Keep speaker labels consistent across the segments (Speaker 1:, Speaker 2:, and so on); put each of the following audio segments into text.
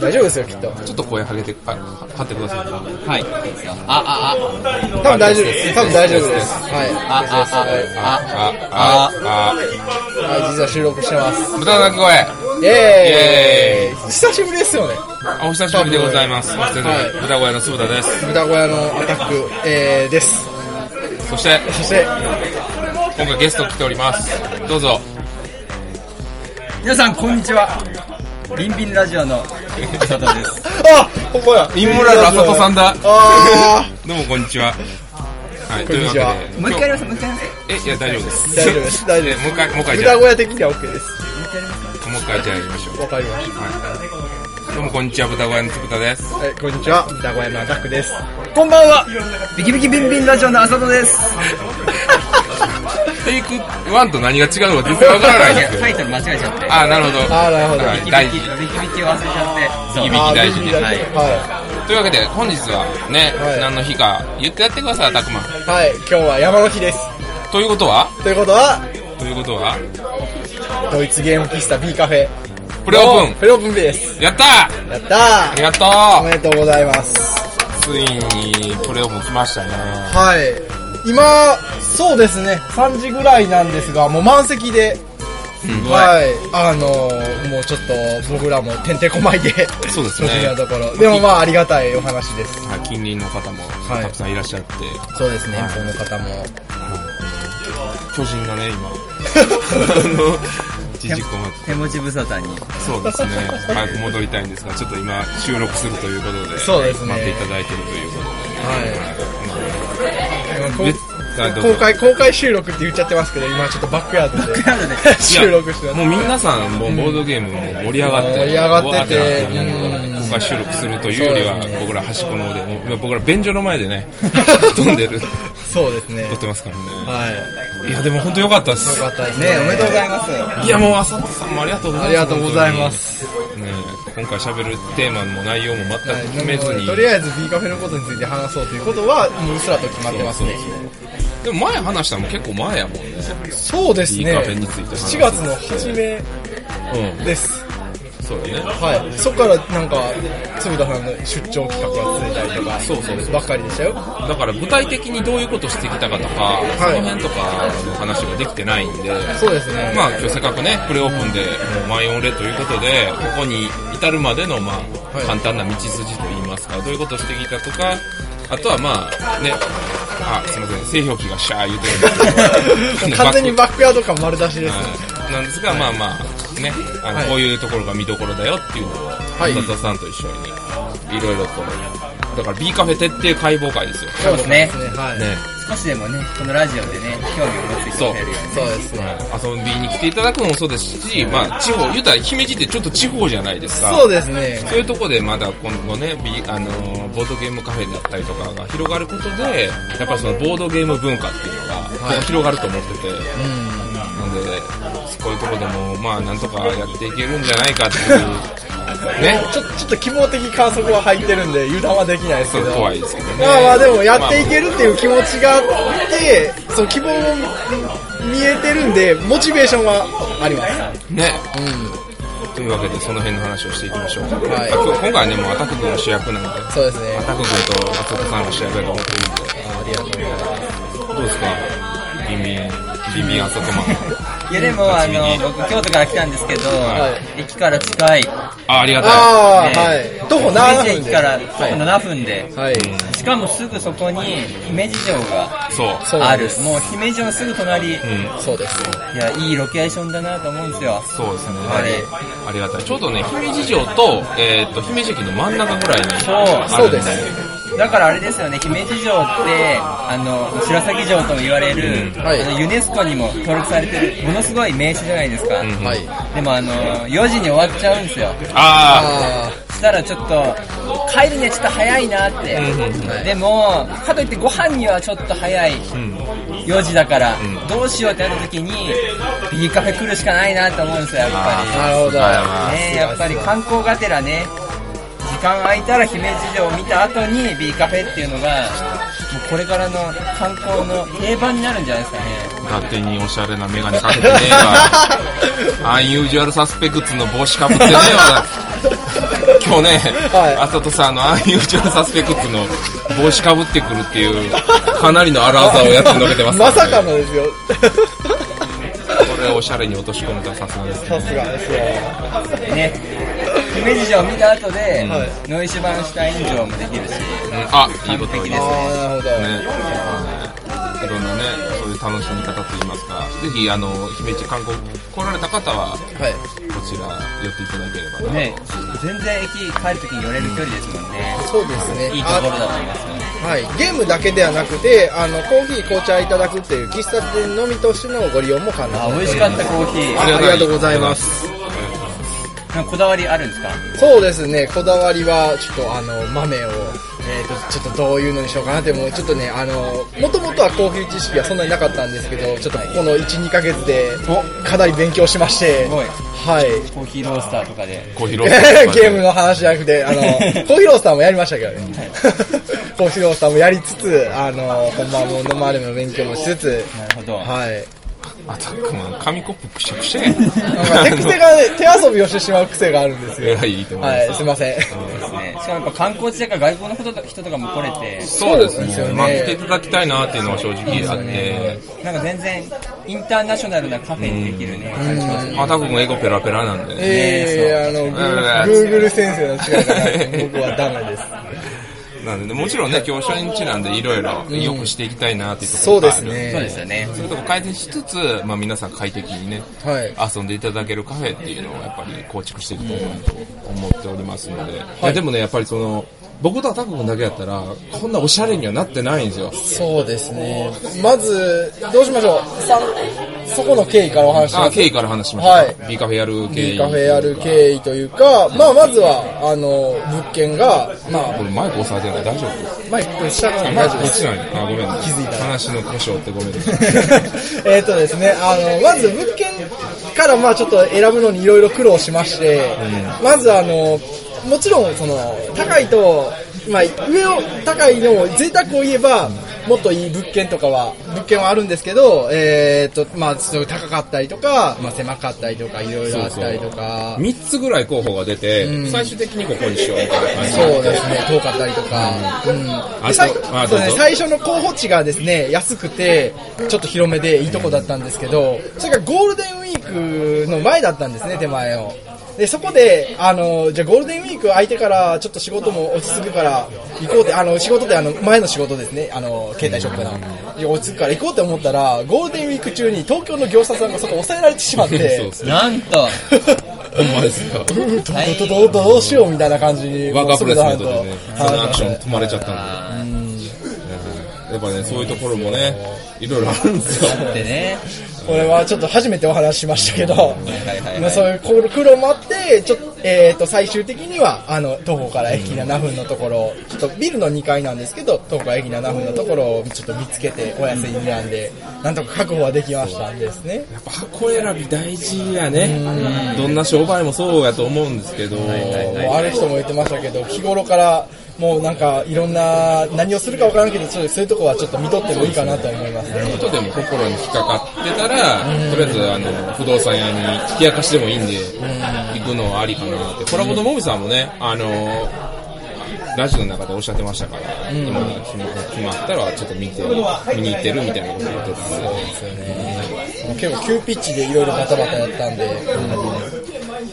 Speaker 1: 大丈夫ですよ、きっと。
Speaker 2: ちょっと声はげて、あ、は張ってください。
Speaker 3: はい。あ、あ、あ、
Speaker 1: 多分大丈夫です。多分大丈夫です。はい。
Speaker 3: あ、あ、あ、あ、
Speaker 2: あ、あ、あ、
Speaker 1: はい、実は収録してます。
Speaker 2: 豚の鳴き声。
Speaker 1: イエーイ久しぶりですよね。
Speaker 2: あ、お久しぶりでございます。お久しぶ
Speaker 1: はい
Speaker 2: り。豚小屋の酢豚です。
Speaker 1: 豚小屋のアタック、えー、です。
Speaker 2: そして、
Speaker 1: そして、
Speaker 2: 今回ゲスト来ております。どうぞ。
Speaker 3: 皆さん、こんにちは。ビンビンラジオの佐藤です。
Speaker 1: あほんまや。
Speaker 2: インモラルあさとさんだ。
Speaker 1: あ
Speaker 2: どうもこんにちは。はい、
Speaker 1: こんにちは
Speaker 2: というわけで。
Speaker 3: もう一回やります、もう一回やります。
Speaker 2: え、いや、大丈夫です。
Speaker 1: 大丈夫です大丈夫です
Speaker 2: もう一回、もう一回
Speaker 1: ー
Speaker 2: じゃ
Speaker 1: 豚
Speaker 2: あ、もう
Speaker 1: 小屋的には OK です。
Speaker 2: 一回じゃあやりましょう。
Speaker 1: わかりまし
Speaker 2: はい。どうもこんにちは、豚小屋の酢豚です。
Speaker 1: た。はい、こんにちは。豚小屋のアタックです。こんばんは
Speaker 3: ビキビキビンビンラジオの佐藤です。
Speaker 2: テイク1と何が違うのか全然わからないんですけど
Speaker 3: タイトル間違えちゃって。
Speaker 2: あ、なるほど。
Speaker 1: あーなるほど
Speaker 2: はい
Speaker 3: ビキ
Speaker 2: 大
Speaker 3: ビ
Speaker 2: 事
Speaker 3: キ、。ビキビキを忘れちゃって。
Speaker 2: ビキビ
Speaker 1: あー
Speaker 2: 大事です
Speaker 1: 大事は
Speaker 2: というわけで、本日はね、
Speaker 1: はい
Speaker 2: 何の日か、言ってやってください、たくまん。
Speaker 1: い。はい、今日は山の日です。
Speaker 2: ということは
Speaker 1: ということは、
Speaker 2: ということは
Speaker 1: ドイツゲーム喫茶 B カフェ。
Speaker 2: プレオープ
Speaker 1: プレオープン B です。
Speaker 2: ンやった
Speaker 1: やった
Speaker 2: あ
Speaker 1: ー
Speaker 2: りがと
Speaker 1: おめでとうございます。
Speaker 2: うついに、プレオープン来ましたね。
Speaker 1: はい。今、そうですね、3時ぐらいなんですが、もう満席で、はい。あのー、もうちょっと僕らもてんてこまいで、
Speaker 2: そうです
Speaker 1: 正
Speaker 2: ね。
Speaker 1: 直なところ。でもまあありがたいお話です。
Speaker 2: はい近隣の方も
Speaker 1: はい
Speaker 2: たくさんいらっしゃって、
Speaker 1: そうですね、遠方の方も。
Speaker 2: 巨人がね、今、あの、じじっこま
Speaker 3: 手持ち無沙汰に。
Speaker 2: そうですね。早く戻りたいんですが、ちょっと今、収録するということで、
Speaker 1: そうですね
Speaker 2: 待っていただいてるということで。
Speaker 1: はい。
Speaker 2: はいどうぞ
Speaker 1: 公開、公開収録って言っちゃってますけど、今ちょっとバックヤードで 収録してます
Speaker 2: も。う皆さん、もうボードゲームも盛り上がって、
Speaker 1: 盛り上がってて
Speaker 2: わーってなって
Speaker 1: うん
Speaker 2: 公開収録するというより
Speaker 1: そうですね
Speaker 2: は、僕ら端っこの方で、もう僕ら便所の前 でね、飛んでる、
Speaker 1: そうですね
Speaker 2: 撮。ってますからね。
Speaker 1: はい。
Speaker 2: いや、でも本当良かったで
Speaker 1: よ
Speaker 2: す
Speaker 1: か。ったですね。
Speaker 3: ねおめでとうござい
Speaker 1: ま
Speaker 3: ます。
Speaker 2: いや、もう、あさとさんもありがとうございます。
Speaker 1: ありがとうございます。
Speaker 2: 本当に。ね今回喋るテーマも内容も全
Speaker 1: はい
Speaker 2: く決めずに
Speaker 1: と。りあえず B カフェのことについて話そうということは、もううっすらと決まってますね。
Speaker 2: でも前話したのも結構前やもんね。
Speaker 1: そうですね。
Speaker 2: B カフェについて話す
Speaker 1: 7月の初め
Speaker 2: うん。
Speaker 1: です。
Speaker 2: そうだね。
Speaker 1: はい。そこからなんか、鶴田さんの出張企画が続いたりとか、
Speaker 2: そうそうそう
Speaker 1: ばっかりでしたよ。
Speaker 2: だから具体的にどういうことしてきたかとか、その辺とかの話ができてないんで、
Speaker 1: そうですね。
Speaker 2: まあ今日せっかくね、プレオープンで満員御礼ということで、ここに至るまでのまあ
Speaker 1: はい
Speaker 2: 簡単な道筋といいますか、どういうことをしてきたとか、あとはまあね、あ、すいません、製氷機がシャー言うてるん で
Speaker 1: 完全にバックヤード感丸出しです。
Speaker 2: はいなんですが、まあまあ、ね、あの、
Speaker 1: はい
Speaker 2: こういうところが見どころだよっていうのを、
Speaker 1: い
Speaker 2: 田さんと一緒に、いろいろと、だから B カフェ徹底解剖会ですよ。
Speaker 3: そうですね
Speaker 1: そ。うですね。はい。
Speaker 2: ね。
Speaker 3: 少しでもね、このラジオでね、興味を持ってくれるように。
Speaker 1: そうですね。
Speaker 2: 遊びに来ていただくのもそうですし、まあ、地方、言うたら姫路ってちょっと地方じゃないですか。
Speaker 1: そうですね。
Speaker 2: そういうとこでまだ今後ね、ビあのーボードゲームカフェだったりとかが広がることで、やっぱそのボードゲーム文化っていうのが、
Speaker 1: い
Speaker 2: 広がると思ってて、
Speaker 1: うん。
Speaker 2: なんで、こういうとこでも、まあ、なんとかやっていけるんじゃないかっていう、ね、
Speaker 1: ちょちょっと希望的観測は入ってるんで、油断はできないです
Speaker 2: そ
Speaker 1: け
Speaker 2: う
Speaker 1: ど。
Speaker 2: 怖いですけどね。
Speaker 1: まあまあでもやっていけるっていう気持ちがあって、そう希望も見えてるんで、モチベーションはあります。
Speaker 2: ね。
Speaker 1: うん。
Speaker 2: というわけで、その辺の話をしていきましょう。
Speaker 1: はい
Speaker 2: あ今日今回はね、もうアタック君が主役なんで、
Speaker 1: そうですね
Speaker 2: ア。タック君と松岡さんが主役だと思ってるんで、
Speaker 1: ありがとうございます。
Speaker 2: どうですかビンビン、ビンビンあそこ
Speaker 3: いや、でも、あの、僕、京都から来たんですけど、駅から近い。
Speaker 2: まあ、ありがた
Speaker 1: ああ、は
Speaker 3: ね
Speaker 1: い。徒歩7
Speaker 3: 姫
Speaker 1: 分
Speaker 3: 路駅
Speaker 1: で。
Speaker 3: から
Speaker 1: はい。
Speaker 3: 7分で。
Speaker 1: はい。
Speaker 3: しかもすぐそこに姫路城が
Speaker 2: い。そう。
Speaker 1: そう
Speaker 3: あ
Speaker 1: なん
Speaker 3: る
Speaker 1: です。
Speaker 3: もう姫路城のすぐ隣、い
Speaker 2: うん。
Speaker 1: そうです。
Speaker 3: やいいロケーションだなと思うんですよ
Speaker 2: そうですね。
Speaker 3: はい
Speaker 2: ありがたい。ちょうどね、姫路城と、えーっと、姫路駅の真ん中ぐらいに。
Speaker 3: そう
Speaker 1: そうです
Speaker 2: あるんよ
Speaker 3: だからあれですよね姫路城ってあの白崎城とも言われる、
Speaker 1: んはい
Speaker 3: あのユネスコにも登録されてるものすごい名所じゃないですか、
Speaker 2: うん
Speaker 1: はい。
Speaker 3: でもあの4時に終わっちゃうんですよ
Speaker 2: あ
Speaker 1: あ
Speaker 3: したらちょっと帰るねちょっと早いなって、
Speaker 2: うんうん
Speaker 3: でもかといってご飯にはちょっと早い
Speaker 2: あ。うん。
Speaker 3: 4時だから、
Speaker 2: ん
Speaker 3: どうしようってなった時に B カフェ来るしかないなと思うんですよやっぱり
Speaker 1: あ、なるほど。
Speaker 2: は
Speaker 3: ねやっぱり観光がてらね時間空いたら姫路城を見た後に B カフェっていうのがもうこれからの観光の定番になるんじゃないですかね
Speaker 2: 勝手におしゃれなメガネかけてねえわアンユージュアルサスペクツの帽子かぶってねえわ今日ね、
Speaker 1: はい
Speaker 2: あさとさんあのアンユージュアルサスペクツの帽子かぶってくるっていうかなりの荒技をやってのけてま す
Speaker 1: まさ
Speaker 2: ね
Speaker 1: かのですよ。
Speaker 2: これはおしゃれに落とし込むとはさすがですけど
Speaker 1: さ
Speaker 2: ね
Speaker 1: すがですよ。
Speaker 3: ね姫路城見た後で、
Speaker 1: はい
Speaker 3: ノイシュバンシュタイン城もできるし
Speaker 2: うんあいいこと言います
Speaker 1: ああ、なるほど。
Speaker 2: ね、いろんなね、そういう楽しみ方といいますか、ぜひ、あの、姫路観光来られた方は、こ
Speaker 1: はい。
Speaker 2: ちら寄っていただければな。
Speaker 3: ね全然駅帰るときに寄れる距離ですもんね
Speaker 1: そうですね。
Speaker 3: いいところだと思いますよね
Speaker 1: あはい。ゲームだけではなくて、あの、コーヒー、紅茶いただくっていう喫茶店のみとしてのご利用も可
Speaker 3: あ
Speaker 1: 能
Speaker 3: 美味しかったコーヒー
Speaker 1: あありがとうございます。
Speaker 3: なんかこだわりあるんですか
Speaker 1: そうですね、こだわりは、ちょっとあの、豆を、えー、とちょっとどういうのにしようかなって、もうちょっとね、あの、もともとはコーヒー知識はそんなになかったんですけど、ちょっとここの1、2ヶ月で、かなり勉強しまして、
Speaker 3: すごい
Speaker 1: はい。
Speaker 3: コーヒーロースターとかで
Speaker 2: コーヒーロース
Speaker 1: ゲームの話じゃなくて、 あの、コーヒーロースターもやりましたけどね。 コーヒーロースターもやりつつ、あの、本番も飲まれの勉強もしつつ、
Speaker 3: なるほど
Speaker 1: はい。
Speaker 2: アタックマン、紙コップくしゃくし ゃやん。
Speaker 1: なんか手癖がね、手遊びをしてしまう癖があるんですよ。
Speaker 2: えらいいいと思いま
Speaker 1: は
Speaker 2: す。
Speaker 1: い、すいません。
Speaker 3: ねしかもやっぱ観光地だから外国の人と人とかも来れて
Speaker 2: そうです
Speaker 1: そうですよ
Speaker 2: ね。
Speaker 1: ね
Speaker 2: まあ、来ていただきたいなっていうのは正直あって、
Speaker 3: なんか全然インターナショナルなカフェにできるね感じがする
Speaker 2: アタックも英語ペラペラなんでね。
Speaker 1: ええあの、グーグル先生の力が僕はダメです。
Speaker 2: なんでね、もちろんね、今日初日なんでいろいろ良くしていきたいなっていうとこ
Speaker 1: そ
Speaker 2: ろ
Speaker 1: う
Speaker 2: が
Speaker 1: で
Speaker 2: あ
Speaker 1: す
Speaker 2: るん
Speaker 3: そうで
Speaker 1: ね。
Speaker 3: すよね
Speaker 2: そういうとこ改善しつつ、まあ皆さん快適にね、
Speaker 1: はい。
Speaker 2: 遊んでいただけるカフェっていうのをやっぱり構築していきたいなと思っておりますので、いやでもねやっぱりその僕とアタック君だけやったらこんなおしゃれにはなってないんですよ
Speaker 1: そうですね。まず、どうしましょう。さんそこの経緯からお話しし
Speaker 2: あ
Speaker 1: ます。
Speaker 2: 経緯から話しました、
Speaker 1: は
Speaker 2: はいい、B カフェやる経緯
Speaker 1: カフェやる経緯というか、まあ、まずは、あの、物件が、まあ
Speaker 2: こ、れマイク押さえてない大丈夫
Speaker 1: マイク下から
Speaker 2: マイ
Speaker 1: 大丈
Speaker 2: ク
Speaker 1: 夫
Speaker 2: こ
Speaker 1: で
Speaker 2: っ
Speaker 1: す。
Speaker 2: ちなんやあごめん気づいた話の故障ってごめんなさい
Speaker 1: えっとですね、あの、まず物件から、まあ、ちょっと選ぶのにいろいろ苦労しまして、まず、あの、もちろん、その、高いと、まあ、上を、高いのを、贅沢を言えば、もっといい物件とかは、物件はあるんですけど、えっ、と、まあ、すごい高かったりとか、まあ、狭かったりとか、いろいろあったりとか、
Speaker 2: 3つぐらい候補が出て最終的にここにしようみたいな感じ
Speaker 1: そうですね、遠かったりとか、うん
Speaker 2: と
Speaker 1: で最
Speaker 2: あ
Speaker 1: そう
Speaker 2: どう
Speaker 1: ね、
Speaker 2: ぞ
Speaker 1: 最初の候補地がですね安くて、ちょっと広めでいいとこだったんですけど、それがゴールデンウィークの前だったんですね、手前を。でそこであの、じゃあゴールデンウィーク空いてから、ちょっと仕事も落ち着くから、行こうって、あの仕事であの前の仕事ですね、あの携帯ショップの、いや落ち着くから行こうって思ったら、ゴールデンウィーク中に東京の業者さんがそこ抑えられてしまっ
Speaker 2: そう
Speaker 1: て
Speaker 2: で。す
Speaker 3: なんと
Speaker 2: ほんまですよ
Speaker 1: どうどうどうしようみたいな感じに。
Speaker 2: ワーカープレスメントでね
Speaker 1: はい
Speaker 2: そのアクション止まれちゃったんでうんやっぱねそういうところもねいろいろあるんですよ
Speaker 3: でね
Speaker 1: これはちょっと初めてお話ししましたけど、
Speaker 3: いはいは い
Speaker 1: まあそういう苦労もあって、ちょっと、えっ、と、最終的には、あの、徒歩から駅7分のところ、ちょっとビルの2階なんですけど、徒歩から駅7分のところをちょっと見つけて、お安い値段で、なんとか確保はできましたんですね。
Speaker 2: やっぱ箱選び大事やねどんな商売もそうやと思うんですけど
Speaker 1: もうある人も言ってましたけど、日頃から、もうなんか、いろんな、何をするかわからんけど、ちょっとそういうとこはちょっと見とってもいいかなと思いますね。
Speaker 2: ちょっとでも心に引っかかってたらとりあえずあの不動産屋に引き明かしでもいいんで行くのはありかなってコラボのもみさんもねあのラジオの中でおっしゃってましたから、今決ま決まったらちょっと見て見に行ってるみたいなこと言ってたんで
Speaker 1: 結構急ピッチでいろいろバタバタやったんで、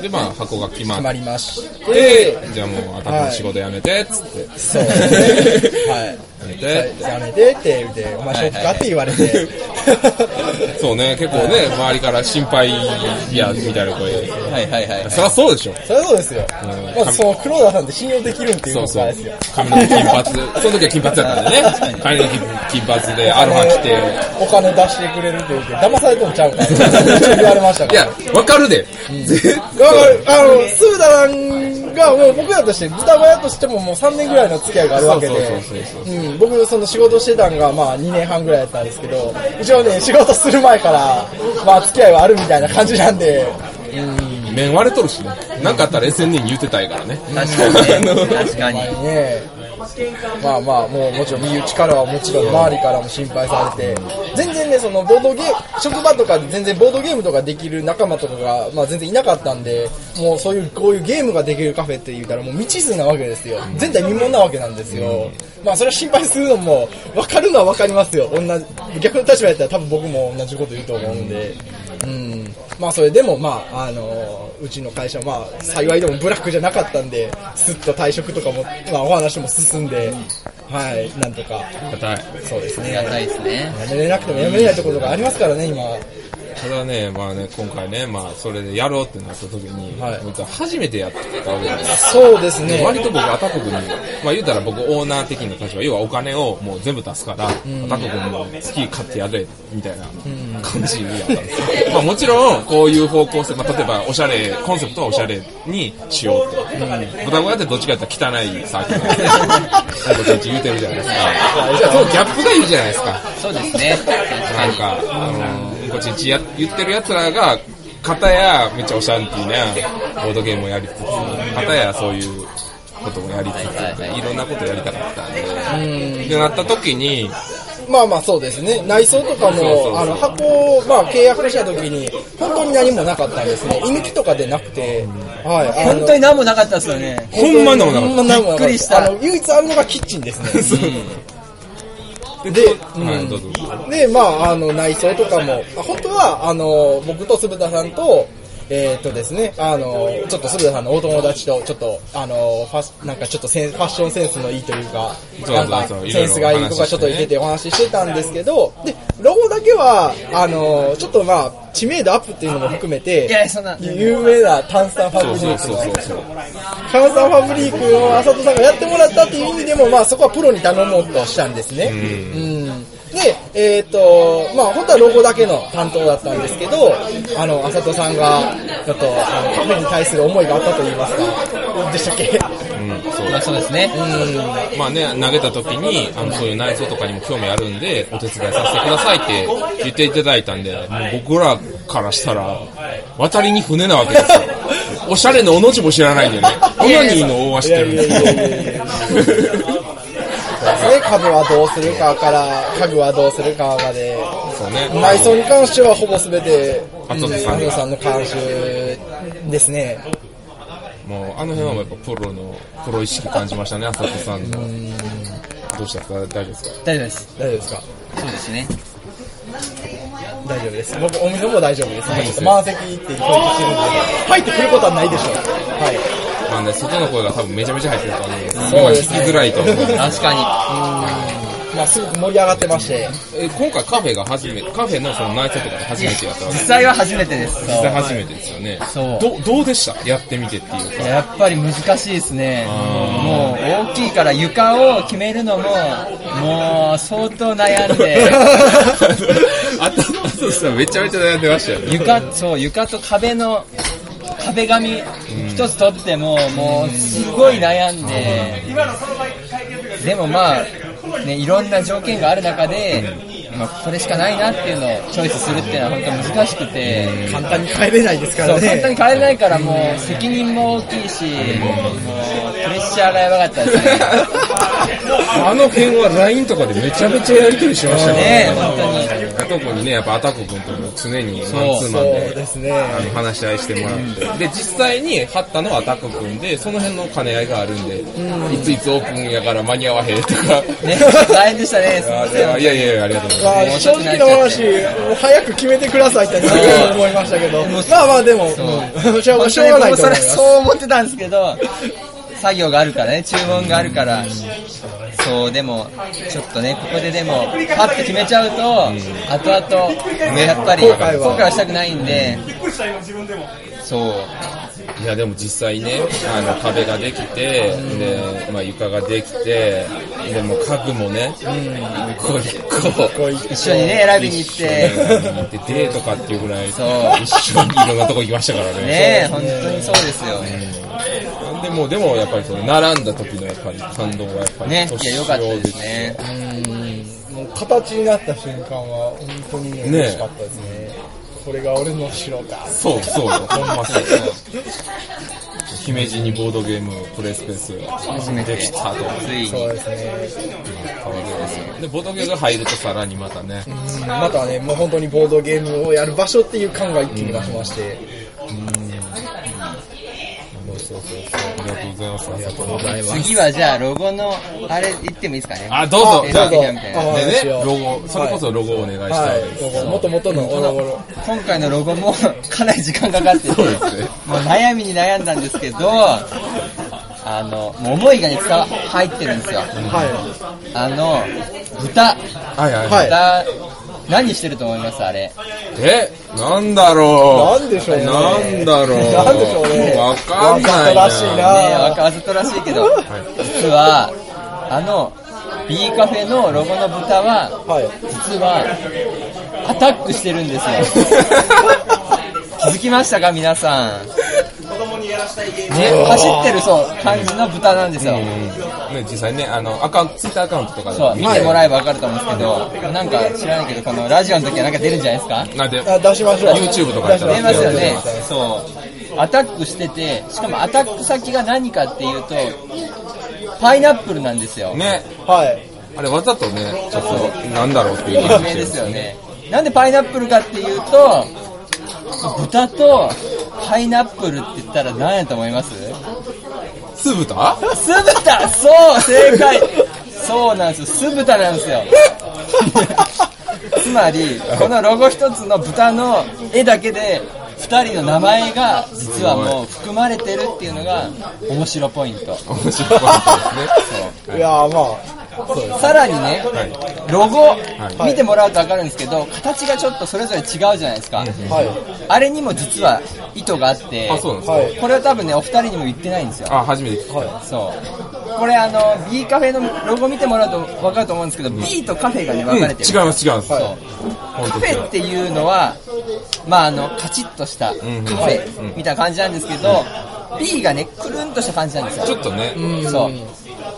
Speaker 2: でまあ箱が決まっ
Speaker 1: 決まりまして、
Speaker 2: で、じゃあもう、あたの仕事辞めて、っつって。
Speaker 1: そうですね。はい。
Speaker 2: 辞め
Speaker 1: はい
Speaker 2: て。
Speaker 1: やめてって言うて、お前ショックかって言われて。
Speaker 2: そうね、結構ね、周りから心配や、みたいな声。
Speaker 3: はいはいはい
Speaker 2: そりゃそうでしょ。
Speaker 1: そりゃそうですよ。
Speaker 2: ん
Speaker 1: まずその黒田さんって信用できるんっていう
Speaker 2: そう
Speaker 1: こと
Speaker 2: そ
Speaker 1: か
Speaker 2: う
Speaker 1: らですよ。。
Speaker 2: 髪の毛金 髪。その時は金髪だったんでね。髪の毛金髪で、アロハ着て。
Speaker 1: お金出してくれるって言って、騙されてもちゃうから。言われました
Speaker 2: い
Speaker 1: から。
Speaker 2: や、わかるで。絶
Speaker 1: だから、あの、スーダランが、もう僕らとして、豚小屋としてももう3年ぐらいの付き合いがあるわけで
Speaker 2: そうそうそうそ、
Speaker 1: うん僕、その仕事してたんが、まあ2年半ぐらいだったんですけど、一応ね、仕事する前から、まあ付き合いはあるみたいな感じなんで、
Speaker 2: 対 面割れとるしね。なんかあったら SN に言うてたいからね。
Speaker 3: 確かにね
Speaker 2: あの
Speaker 3: 確かに
Speaker 1: ねまあまあ、もうもちろん身内からはもちろん周りからも心配されて、全然ね、そのボードゲーム、職場とかで全然ボードゲームとかできる仲間とかが、まあ全然いなかったんで、もうそういう、こういうゲームができるカフェって言うたらもう未知数なわけですよ。前代未聞なわけなんですよ。まあそれは心配するのも、わかるのはわかりますよ。同じ、逆の立場やったら多分僕も同じこと言うと思うんで。うん。まあそれでもまあ、あのうちの会社はまあ幸いでもブラックじゃなかったんで、すっと退職とかも、まあお話も進んで、はい、なんとか、
Speaker 2: 硬い。
Speaker 1: そうですね。
Speaker 3: りがたいですね。
Speaker 1: やめれなくてもやめれないところがありますからね、今。
Speaker 2: ただね、まあね、今回ね、まあ、それでやろうってなった時に、
Speaker 1: はい
Speaker 2: 僕は初めてやったわけなんです。
Speaker 1: そうですね。
Speaker 2: 割と僕、アタコ君に、まあ言うたら僕、オーナー的な立場、要はお金をもう全部出すから、アタコ君も月買ってやれ、みたいな感じやったんですよ。まあもちろん、こういう方向性、まあ例えば、おしゃれ、コンセプトはおしゃれにしようと。ブタコヤってどっちかやったら汚いサーキット なんですねなんかどっち言うてるじゃないですか。じゃあ、そのギャップがいいじゃないですか。
Speaker 3: そうですね。
Speaker 2: なんか、あのー、こっちちや言ってる奴らが、片やめっちゃオシャンティーなボードゲームをやりつつ、片やそういうこともやりつ
Speaker 3: はいはい
Speaker 2: つ、いろんなことやりたかったんで、ってなった時に、
Speaker 1: まあまあそうですね。内装とかも、
Speaker 2: そうそうそう
Speaker 1: あの、箱を、まあ契約した時に、本当に何もなかったんですね。居抜きとかでなくて、はい。あの
Speaker 3: 本当に何もなかったですよね。
Speaker 2: ほんまにな
Speaker 1: ほ
Speaker 2: も
Speaker 1: んま
Speaker 2: なか
Speaker 1: 何
Speaker 2: っ
Speaker 1: もなか
Speaker 3: びっくりした
Speaker 1: あの、唯一あるのがキッチンです ね。
Speaker 2: た。
Speaker 1: でうん
Speaker 2: はい、どうぞ。
Speaker 1: で、まあ、あの、内装とかも、あ本当は、あの、僕と鈴田さんと、えーっとですね、あの、ちょっと鈴田さんのお友達と、ちょっと、あの、ファスなんかちょっとセンファッションセンスのいいというか、
Speaker 2: そう
Speaker 1: なん
Speaker 2: そう
Speaker 1: か
Speaker 2: そういろいろ
Speaker 1: センスがいい子がちょっといててお話ししてたんですけど、で、ロゴだけは、あの、ちょっとまあ、知名度アップっていうのも含めて、
Speaker 3: いやそんな
Speaker 1: 有名な炭酸ファ
Speaker 2: そう
Speaker 1: ブリ
Speaker 2: そ
Speaker 1: ッ
Speaker 2: う
Speaker 1: ク
Speaker 2: そう
Speaker 1: の
Speaker 2: そうそう。
Speaker 1: カウサーファブリークを浅戸さんがやってもらったっていう意味でも、まあそこはプロに頼もうとしたんですね。う。
Speaker 2: うん
Speaker 1: で、えっ、と、まあ本当はロゴだけの担当だったんですけど、あの、浅戸さんが、ちょっと、あの、カフェに対する思いがあったと言いますか、でしたっけ
Speaker 2: うん、そう
Speaker 3: まあそうですね。
Speaker 2: まあね、投げた時に、あの、そういう内装とかにも興味あるんで、お手伝いさせてくださいって言っていただいたんで、もう僕らからしたら、渡りに船なわけです よ。おしゃれのおの字も知らないんでね。オナニーの王は知ってるんです
Speaker 1: いやいやいやい
Speaker 2: け
Speaker 1: や
Speaker 2: ど。
Speaker 1: そうですね、家具はどうするかから、家具はどうするかまで、
Speaker 2: そうね。
Speaker 1: 内装に関してはほぼ全て、
Speaker 2: 浅戸さん
Speaker 1: 浅さんの監修ですね。
Speaker 2: もう、あの辺はやっぱプロの、プロ意識感じましたね、浅田さんの。どうしたんですか大丈夫ですか
Speaker 3: 大丈夫です。
Speaker 1: 大丈夫ですか
Speaker 3: そうですね。
Speaker 1: 大丈夫です。僕、お店も大丈夫です。ちょっと満席っていう表示してるんで、入ってくることはないでしょう。はい。
Speaker 2: まあね、外の声が多分めちゃめちゃ入ってると思うんです今
Speaker 1: そう
Speaker 2: は
Speaker 1: で
Speaker 2: 聞
Speaker 1: す
Speaker 2: き
Speaker 1: ね
Speaker 2: づらいと思うんです
Speaker 3: 確か
Speaker 1: まあ、すごく盛り上がってまして、
Speaker 2: え今回カフェが初めて、カフェのその内装とかで初めてやったわ
Speaker 3: に。
Speaker 2: け
Speaker 3: 実際は初めてです。
Speaker 2: 実際初めてですよね。
Speaker 3: そう
Speaker 2: どどうでしたやってみてっていうか。
Speaker 3: やっぱり難しいですね。
Speaker 2: ん
Speaker 3: もう大きいから床を決めるのも、もう相当悩んで、
Speaker 2: あと、あとさ、めちゃめちゃ悩んでましたよね。
Speaker 3: 床、そう、床と壁の、壁紙一つ取っても、もうすごい悩んで、でもまあ、ね、いろんな条件がある中で、まあ、これしかないなっていうのをチョイスするっていうのは本当難しくて、
Speaker 1: 簡単に帰れないですか
Speaker 3: そ
Speaker 1: ら
Speaker 3: う、簡単
Speaker 1: ね
Speaker 3: に。変えないからもう責任も大きいし、もうプレッシャーがやばかったですね。
Speaker 2: あの辺は LINE とかでめちゃめちゃやりとりしましたよ
Speaker 3: ねえ本当に。
Speaker 2: あとこにね、やっぱアタコ君とも常にマンツーマン
Speaker 1: そう
Speaker 2: で。
Speaker 1: ですね。
Speaker 2: あの話し合いしてもらって、で、実際に貼ったのはアタック君で、その辺の兼ね合いがあるんで、いついつオープンやから間に合わへんとか、
Speaker 3: ね、大変でしたね。すいま
Speaker 2: あ
Speaker 3: せ
Speaker 2: れ
Speaker 3: ん
Speaker 2: はいやいやいや、ありがとうございます。
Speaker 1: まあ、正直な話、早く決めてくださいってすごい思いましたけど、まあまあでも、うんしょうがしょうがないと思いま
Speaker 3: 本当に僕もそれ
Speaker 1: す。
Speaker 3: そう思ってたんですけど、作業があるからね、注文があるから。そう、でも、ちょっとね、ここででも、パッと決めちゃうと、後々、
Speaker 2: ね
Speaker 3: やっぱり、
Speaker 2: 後
Speaker 3: 後
Speaker 2: 悔
Speaker 3: 悔
Speaker 1: は
Speaker 3: はしたくないんで、そう、
Speaker 2: いやでも実際ね、あの壁ができて、で、まあ床ができて、でもう家具もね、一個一個、
Speaker 3: 一緒にね、選びに行って、
Speaker 2: で、デートかっていうぐらい、一
Speaker 3: そう
Speaker 2: 緒にいろんなとこ行きましたからね。
Speaker 3: ね本当にそうですよ。
Speaker 2: でも、でもやっぱりその、並んだ時のやっぱり感動はやっぱり、
Speaker 3: ね、い
Speaker 2: 年
Speaker 3: や、良かったですね。
Speaker 1: もう形になった瞬間は、本当にね、
Speaker 2: ね
Speaker 1: 嬉しかったですね。これが俺の城か。
Speaker 2: 上で。そうそうよ、ほんまそう。姫路にボードゲームプレイスペース
Speaker 3: 初
Speaker 2: が
Speaker 3: め
Speaker 2: で
Speaker 3: て
Speaker 2: きたと。
Speaker 3: つい
Speaker 1: そ
Speaker 3: に
Speaker 1: うですね。
Speaker 2: ですよでボードゲームが入るとさらにまたね、
Speaker 1: うんまたね、もう本当にボードゲームをやる場所っていう感が一気に出しまして。
Speaker 2: そうそうそうありがとうございますありがとうご
Speaker 1: ざいます
Speaker 3: 次はじゃあロゴのあれ言ってもいいですかね
Speaker 2: あどうぞ
Speaker 3: え
Speaker 2: じゃあ
Speaker 3: ロゴみたいな
Speaker 1: あ
Speaker 2: で
Speaker 1: 一応
Speaker 2: ねロゴそれこそロゴをお願いしたわけです、
Speaker 1: はい。もともとのおろおろ。
Speaker 3: 今回のロゴもかなり時間かかってて
Speaker 2: そうですね
Speaker 3: もう悩みに悩んだんですけどあのもう思いがね伝わ入ってるんですよ
Speaker 1: は
Speaker 3: あの豚
Speaker 2: はいはい
Speaker 1: はい
Speaker 3: 豚何してると思いますあれ
Speaker 2: えなんだろう
Speaker 1: なんでしょうね
Speaker 2: なんだろう
Speaker 1: なんでしょうね
Speaker 2: わかんな
Speaker 1: わかった
Speaker 2: い
Speaker 1: らしいな
Speaker 3: ねえ、わかわざとらしいけど、実は、あの、B カフェのロゴの豚は、
Speaker 1: い。はい。
Speaker 3: 実は、アタックしてるんで すよ。気づきましたか、皆さん。子供にやらしたいね、走ってる、そう、感じの豚なんです
Speaker 2: う
Speaker 3: よ。
Speaker 2: んね、実際ね、あの、アカウント、ツイッターアカウントとかで
Speaker 3: そう、見ても
Speaker 2: え
Speaker 3: らえばわかると思うんですけど、なんか知らないけど、このラジオの時はなんか出るんじゃないですか
Speaker 2: ば。あ、で、
Speaker 1: あ出しましょう。
Speaker 2: YouTube とかやったら
Speaker 3: 出ますよね
Speaker 1: 出しましょう。
Speaker 3: そうアタックしててしかもアタック先が何かっていうとパイナップルなんですよ
Speaker 2: ね、
Speaker 1: はい。
Speaker 2: あれわざとね、ちょっと、なんだろうっていう
Speaker 3: 有名ですよねなんでパイナップルかっていうと豚とパイナップルって言ったら何やと思います
Speaker 2: 酢豚
Speaker 3: 酢豚そう正解そうなんですよ酢豚なんですよつまりこのロゴ一つの豚の絵だけで2人の名前が実はもう含まれてるっていうのが面白ポイント
Speaker 2: 面白いです
Speaker 1: い
Speaker 2: ね。
Speaker 1: やーま
Speaker 3: さらにね、
Speaker 2: はい
Speaker 3: ロゴ、
Speaker 2: はい
Speaker 3: 見てもらうと分かるんですけど形がちょっとそれぞれ違うじゃないですか、
Speaker 1: あ、はい。
Speaker 3: あれにも実は意図があって
Speaker 2: あ、そうなんですか、
Speaker 1: はい。
Speaker 3: これは多分ねお二人にも言ってないんですよ
Speaker 2: あ、初めて聞いた。
Speaker 3: そうこれあの B カフェのロゴ見てもらうと分かると思うんですけど、B とカフェがね
Speaker 2: うん、
Speaker 3: 分
Speaker 2: 違い
Speaker 3: かれて
Speaker 2: ま
Speaker 3: る、
Speaker 2: す、違います。
Speaker 1: はい
Speaker 2: 本
Speaker 3: カ
Speaker 2: 当
Speaker 3: フェっていうのは、まあ、あのカチッとしたカフ
Speaker 2: ん
Speaker 3: ェみたいな感じなんですけど、B がねくるんとした感じなんですよ
Speaker 2: ちょっとね、
Speaker 3: そう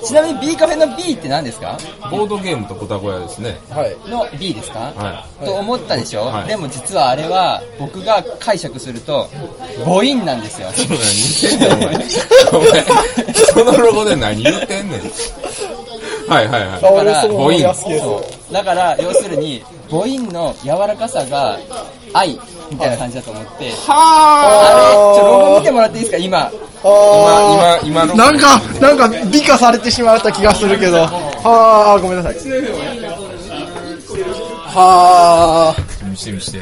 Speaker 3: ちなみに B カフェの B って何ですか
Speaker 2: ボードゲームと豚小屋ですね。
Speaker 1: はい。
Speaker 3: の B ですか、
Speaker 2: はい
Speaker 3: と思ったでしょ、
Speaker 2: はい
Speaker 3: でも実はあれは僕が解釈すると母音なんですよ
Speaker 2: 何言ってんねん、お前。お前、そのロゴで何言ってんねん。はいはい
Speaker 1: あ、
Speaker 2: は
Speaker 1: 俺その方が好きです。
Speaker 3: そうだから要するに母音の柔らかさが愛みたいな感じだと思って、あれちょロゴ見てもらっていいですか今
Speaker 1: あ
Speaker 2: い。今、今、今の。
Speaker 1: ー。なんか、なんか美化されてしまった気がするけど。はー、ごめんなさい。はー、
Speaker 2: 見して見して。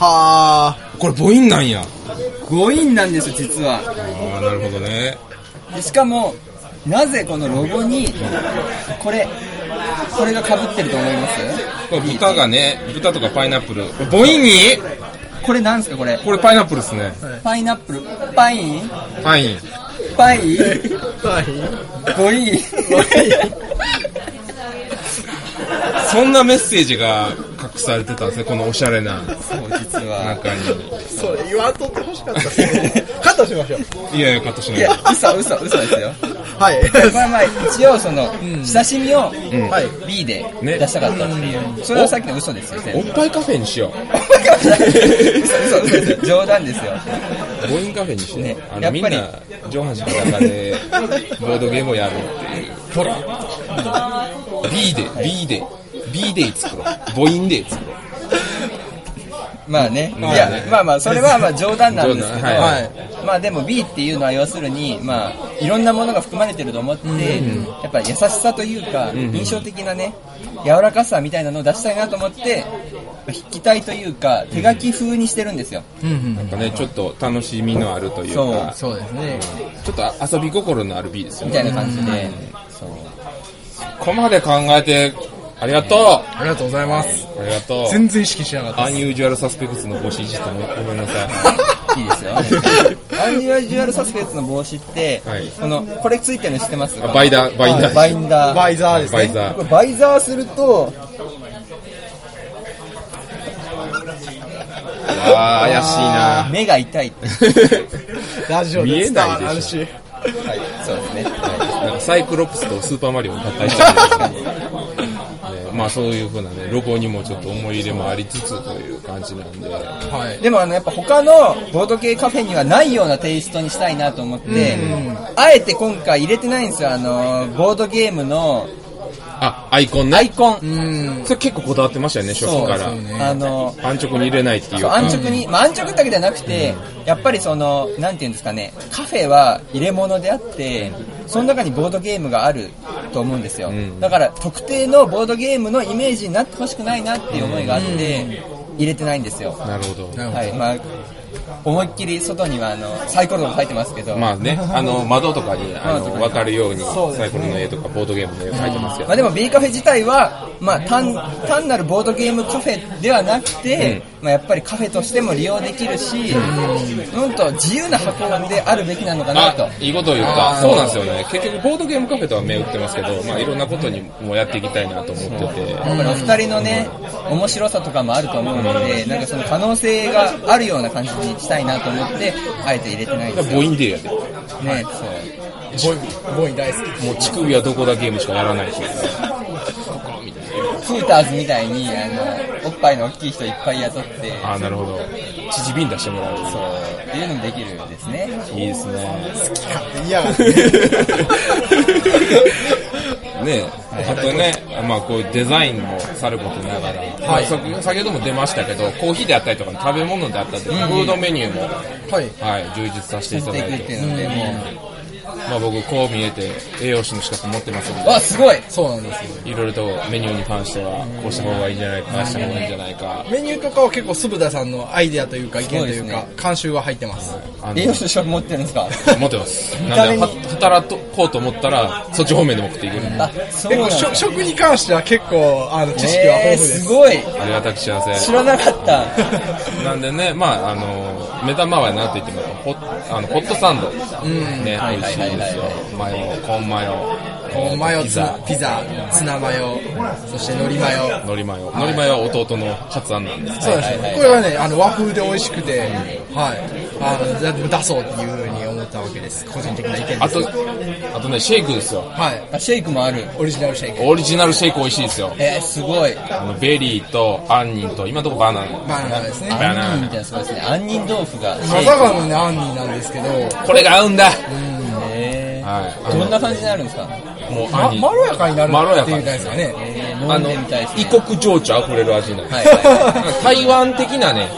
Speaker 1: は
Speaker 2: これ母音なんや。
Speaker 3: 母音なんですよ実は
Speaker 2: ああ、なるほどね。
Speaker 3: でしかもなぜこのロゴにこれこれが被ってると思います
Speaker 2: これ豚がね、豚とかパイナップル。母音に
Speaker 3: これなんですかこれ
Speaker 2: これパイナップルですね。
Speaker 3: パイナップルパイン
Speaker 2: パイン。
Speaker 3: パイ
Speaker 1: ー。はい。
Speaker 3: 五 位
Speaker 2: そんなメッセージが隠されてたんですね、このおしゃれな
Speaker 3: そう実は
Speaker 2: 中に。
Speaker 1: それ言わんとってほしかったっすね。カットしましょう。
Speaker 2: いやいや、カットしない
Speaker 3: い
Speaker 2: で
Speaker 3: や。嘘嘘嘘ですよ
Speaker 1: はい。
Speaker 3: まあまあ一応その親しみを
Speaker 1: はい。
Speaker 3: B で
Speaker 2: ね
Speaker 3: 出したかったっていうそれはさっきの嘘ですよ
Speaker 2: お
Speaker 3: 全
Speaker 2: っ
Speaker 3: 部
Speaker 2: ぱいカフェにしよう。
Speaker 3: 嘘嘘嘘です冗談ですよ
Speaker 2: 母音カフェにして、
Speaker 3: ね
Speaker 2: あ
Speaker 3: や
Speaker 2: の
Speaker 3: っぱり
Speaker 2: みんな上半身裸でボードゲームをやるっていうほら B で B で B で作ろう母音で作ろう
Speaker 3: まあねい
Speaker 2: まあね
Speaker 3: やまあまあそれはまあ冗談なんですけ
Speaker 2: 冗
Speaker 3: ど
Speaker 2: 談はい
Speaker 3: はいまあでも B っていうのは要するにまあいろんなものが含まれてると思ってやっぱり優しさというか印象的なね柔らかさみたいなのを出したいなと思って筆記体というか手書き風にしてるんですよ
Speaker 2: なんかねちょっと楽しみのあるという
Speaker 3: そう
Speaker 2: か
Speaker 1: そうですね。
Speaker 2: ちょっと遊び心のある B ですよ
Speaker 3: み
Speaker 2: ね
Speaker 3: たいな感じで、
Speaker 2: ここまで考えてありがとう
Speaker 1: ありがとうございます。
Speaker 2: ありがとう
Speaker 1: 全然意識しなかった。
Speaker 2: アンユージュアルサスペクツの星1ごめんなさい
Speaker 3: いいですよ。アンュアジュアルサスペンスの帽子って、
Speaker 2: はい
Speaker 3: この、これついてるの知ってます
Speaker 2: あバイダーバイダー
Speaker 3: バインダー。
Speaker 1: バイザーです
Speaker 2: バイ
Speaker 1: ね。
Speaker 2: ザ
Speaker 3: こ
Speaker 2: ー
Speaker 3: れバイザーすると、
Speaker 2: あー怪しいな
Speaker 3: 目が痛いって。
Speaker 1: ラジオ
Speaker 2: 見
Speaker 1: で
Speaker 2: え
Speaker 1: 伝わ
Speaker 2: ないでしょ
Speaker 1: るし。
Speaker 3: はい、そうですね。
Speaker 2: なんかサイクロプスとスーパーマリオが合体したみたいですねねまあそういうふうなね、ロゴにもちょっと思い入れもありつつという感じなんで、
Speaker 1: はい。
Speaker 3: でもあのやっぱ他のボード系カフェにはないようなテイストにしたいなと思って、あえて今回入れてないんですよ、あの、ボードゲームの
Speaker 2: あ、アイコン
Speaker 3: ア
Speaker 2: ね
Speaker 3: イ。コン。
Speaker 1: うん。
Speaker 2: それ結構こだわってましたよね、初期から。
Speaker 1: そうね
Speaker 3: あの、
Speaker 2: 安直に入れないっていう
Speaker 3: そう
Speaker 2: か。
Speaker 3: 安直に、まあ、安直だけじゃなくて、やっぱりその、なんていうんですかね、カフェは入れ物であって、その中にボードゲームがあると思うんですよ。
Speaker 2: ん
Speaker 3: だから、特定のボードゲームのイメージになってほしくないなっていう思いがあって、入れてないんですよ。
Speaker 2: なるほど。
Speaker 1: なるほ
Speaker 3: はい、まあ、思いっきり外にはあの、サイコロも入ってますけど、
Speaker 2: まあね、あの、窓とかに、あ
Speaker 3: 窓と
Speaker 2: の、
Speaker 3: かに
Speaker 2: わかるように、
Speaker 3: そうですね
Speaker 2: サイコロの絵とか、ボードゲームの絵を描いてますけど
Speaker 3: まあ、。でも B カフェ自体は、まあ、単単なるボードゲームカフェではなくて、まあ、やっぱりカフェとしても利用できるし、うん、と自由な箱であるべきなのかなと
Speaker 2: あ。、いいことを言った。そうなんですよね。結局、ボードゲームカフェとは目打ってますけど、まあ、いろんなことにもやっていきたいなと思ってて。
Speaker 3: やっぱりお二人のね、面白さとかもあると思うので、なんかその可能性があるような感じにしたいなと思って、あえて入れてないですよ
Speaker 2: ボインデーやで。も
Speaker 3: ね。そう
Speaker 1: ボイ、ボイ大好き。
Speaker 2: う、乳首はどこだゲームしかやらないし。
Speaker 3: フーターズみたいに、あの、おっぱいの大きい人いっぱい雇って、
Speaker 2: あ、なるほど。縮びん出してもらう。
Speaker 3: そう、っていうのもできるんですね。
Speaker 2: いい ですね。
Speaker 1: いや、
Speaker 2: ねあとね、まあこういうデザインもさることながら、
Speaker 1: い
Speaker 2: まあ先ほども出ましたけど、コーヒーであったりとか、食べ物であったりとか、フードメニューも、
Speaker 1: はい。
Speaker 2: はい、充実させていただい
Speaker 3: って
Speaker 2: て、
Speaker 3: いうので、も
Speaker 2: まあ僕、こう見えて栄養士の資格持ってますの
Speaker 3: う、わ、すごい
Speaker 1: そうなんですよ。
Speaker 2: で、いろいろとメニューに関しては、こうした方がいいんじゃないか、ああした方がいいんじゃないか、
Speaker 1: メニューとかは結構、鈴田さんのアイデアというか、意見という
Speaker 3: そう
Speaker 1: か
Speaker 3: で、
Speaker 1: 監修は入ってます。
Speaker 2: あの
Speaker 3: 栄養士の資格持ってるんですか
Speaker 2: 持ってます。なんで、は働こうと思ったら、そっち方面で持っていける。
Speaker 3: あ、そ
Speaker 1: 結
Speaker 3: うなん
Speaker 1: 構
Speaker 3: だ
Speaker 1: しょ、食に関しては結構、あの、知識は
Speaker 3: えー
Speaker 1: 豊富ですす。
Speaker 3: ごい
Speaker 2: ありがたく幸せ
Speaker 3: 知。らなかった。
Speaker 2: なんでね、まああの、目玉はなんて言っても、ホッあのホットサンド、ね、
Speaker 3: はい
Speaker 2: 美味しいですよ
Speaker 3: は
Speaker 2: マ
Speaker 3: いは。
Speaker 2: ヨ、コーンマヨ、
Speaker 1: こうマヨ
Speaker 2: ピ
Speaker 1: ツ
Speaker 2: ザ、
Speaker 1: ピザ、ツナマヨ、そして海苔マヨ。
Speaker 2: のりマヨ。のりマヨは弟の発案なんですけ
Speaker 1: そう
Speaker 2: ど
Speaker 1: なんですね。これはね、あの、和風で美味しくて、はい。あの、だ出そうっていうふうに思ったわけです。個人的な意見です。
Speaker 2: あと、あとね、シェイクですよ。
Speaker 1: はい。
Speaker 3: あシェイクもある。
Speaker 1: オリジナルシェイク。
Speaker 2: オリジナルシェイク美味しいですよ。
Speaker 3: えー、すごい。
Speaker 2: あのベリーと杏仁と、今のところバナナ。
Speaker 1: バナナですね。
Speaker 2: バ
Speaker 3: 杏
Speaker 2: ナ
Speaker 3: 仁み
Speaker 2: ナ。
Speaker 3: たいな、そうですね。杏仁豆腐が。
Speaker 1: まさかのね、アンニーなんですけど、
Speaker 2: これが合うんだ
Speaker 3: え
Speaker 2: はい
Speaker 3: ー、どんな感じになるんですか
Speaker 2: あのもう
Speaker 1: ま、
Speaker 2: 杏
Speaker 1: ま
Speaker 2: 仁。
Speaker 1: ろやかになる
Speaker 2: まろや
Speaker 1: って
Speaker 2: か
Speaker 1: いうみ
Speaker 2: に
Speaker 1: たいですかね。
Speaker 3: え
Speaker 2: あ
Speaker 3: ー、飲ん
Speaker 2: の
Speaker 3: でみたいです、ね。
Speaker 2: 異国情緒あふれる味なんです。
Speaker 3: はいは
Speaker 2: 台湾的なね、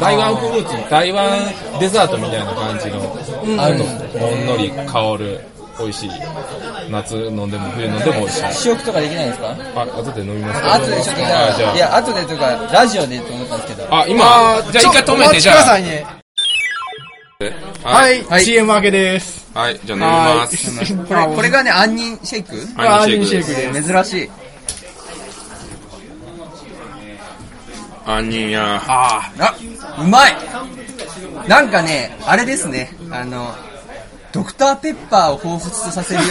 Speaker 2: 台湾フルーツ、台湾デザートみたいな感じの、
Speaker 3: い。ある
Speaker 2: ほんのり香る、美味しい。夏飲んでも冬飲んでも美味しい。
Speaker 3: 試食とかできないんですか
Speaker 2: あ、後で飲みますか
Speaker 3: あとでちょっとじ
Speaker 2: あじ
Speaker 3: ゃ
Speaker 2: ゃ
Speaker 3: あ、いや、あとでというか、ラジオでと思ったんですけど。
Speaker 2: あ。あ、今、じゃあ一回止めて、じゃ
Speaker 1: お待ちくださ
Speaker 2: あ。
Speaker 1: いね。
Speaker 2: は
Speaker 1: はい。CM 明け です。
Speaker 2: はい、じゃあ飲みます。
Speaker 3: これ、これがね、杏仁シェイク
Speaker 2: アニシェイクです。
Speaker 1: で
Speaker 3: 珍しい。
Speaker 2: アニや。あ
Speaker 3: あ、うまいなんかね、あれですね、あの、ドクターペッパーを彷彿とさせるよ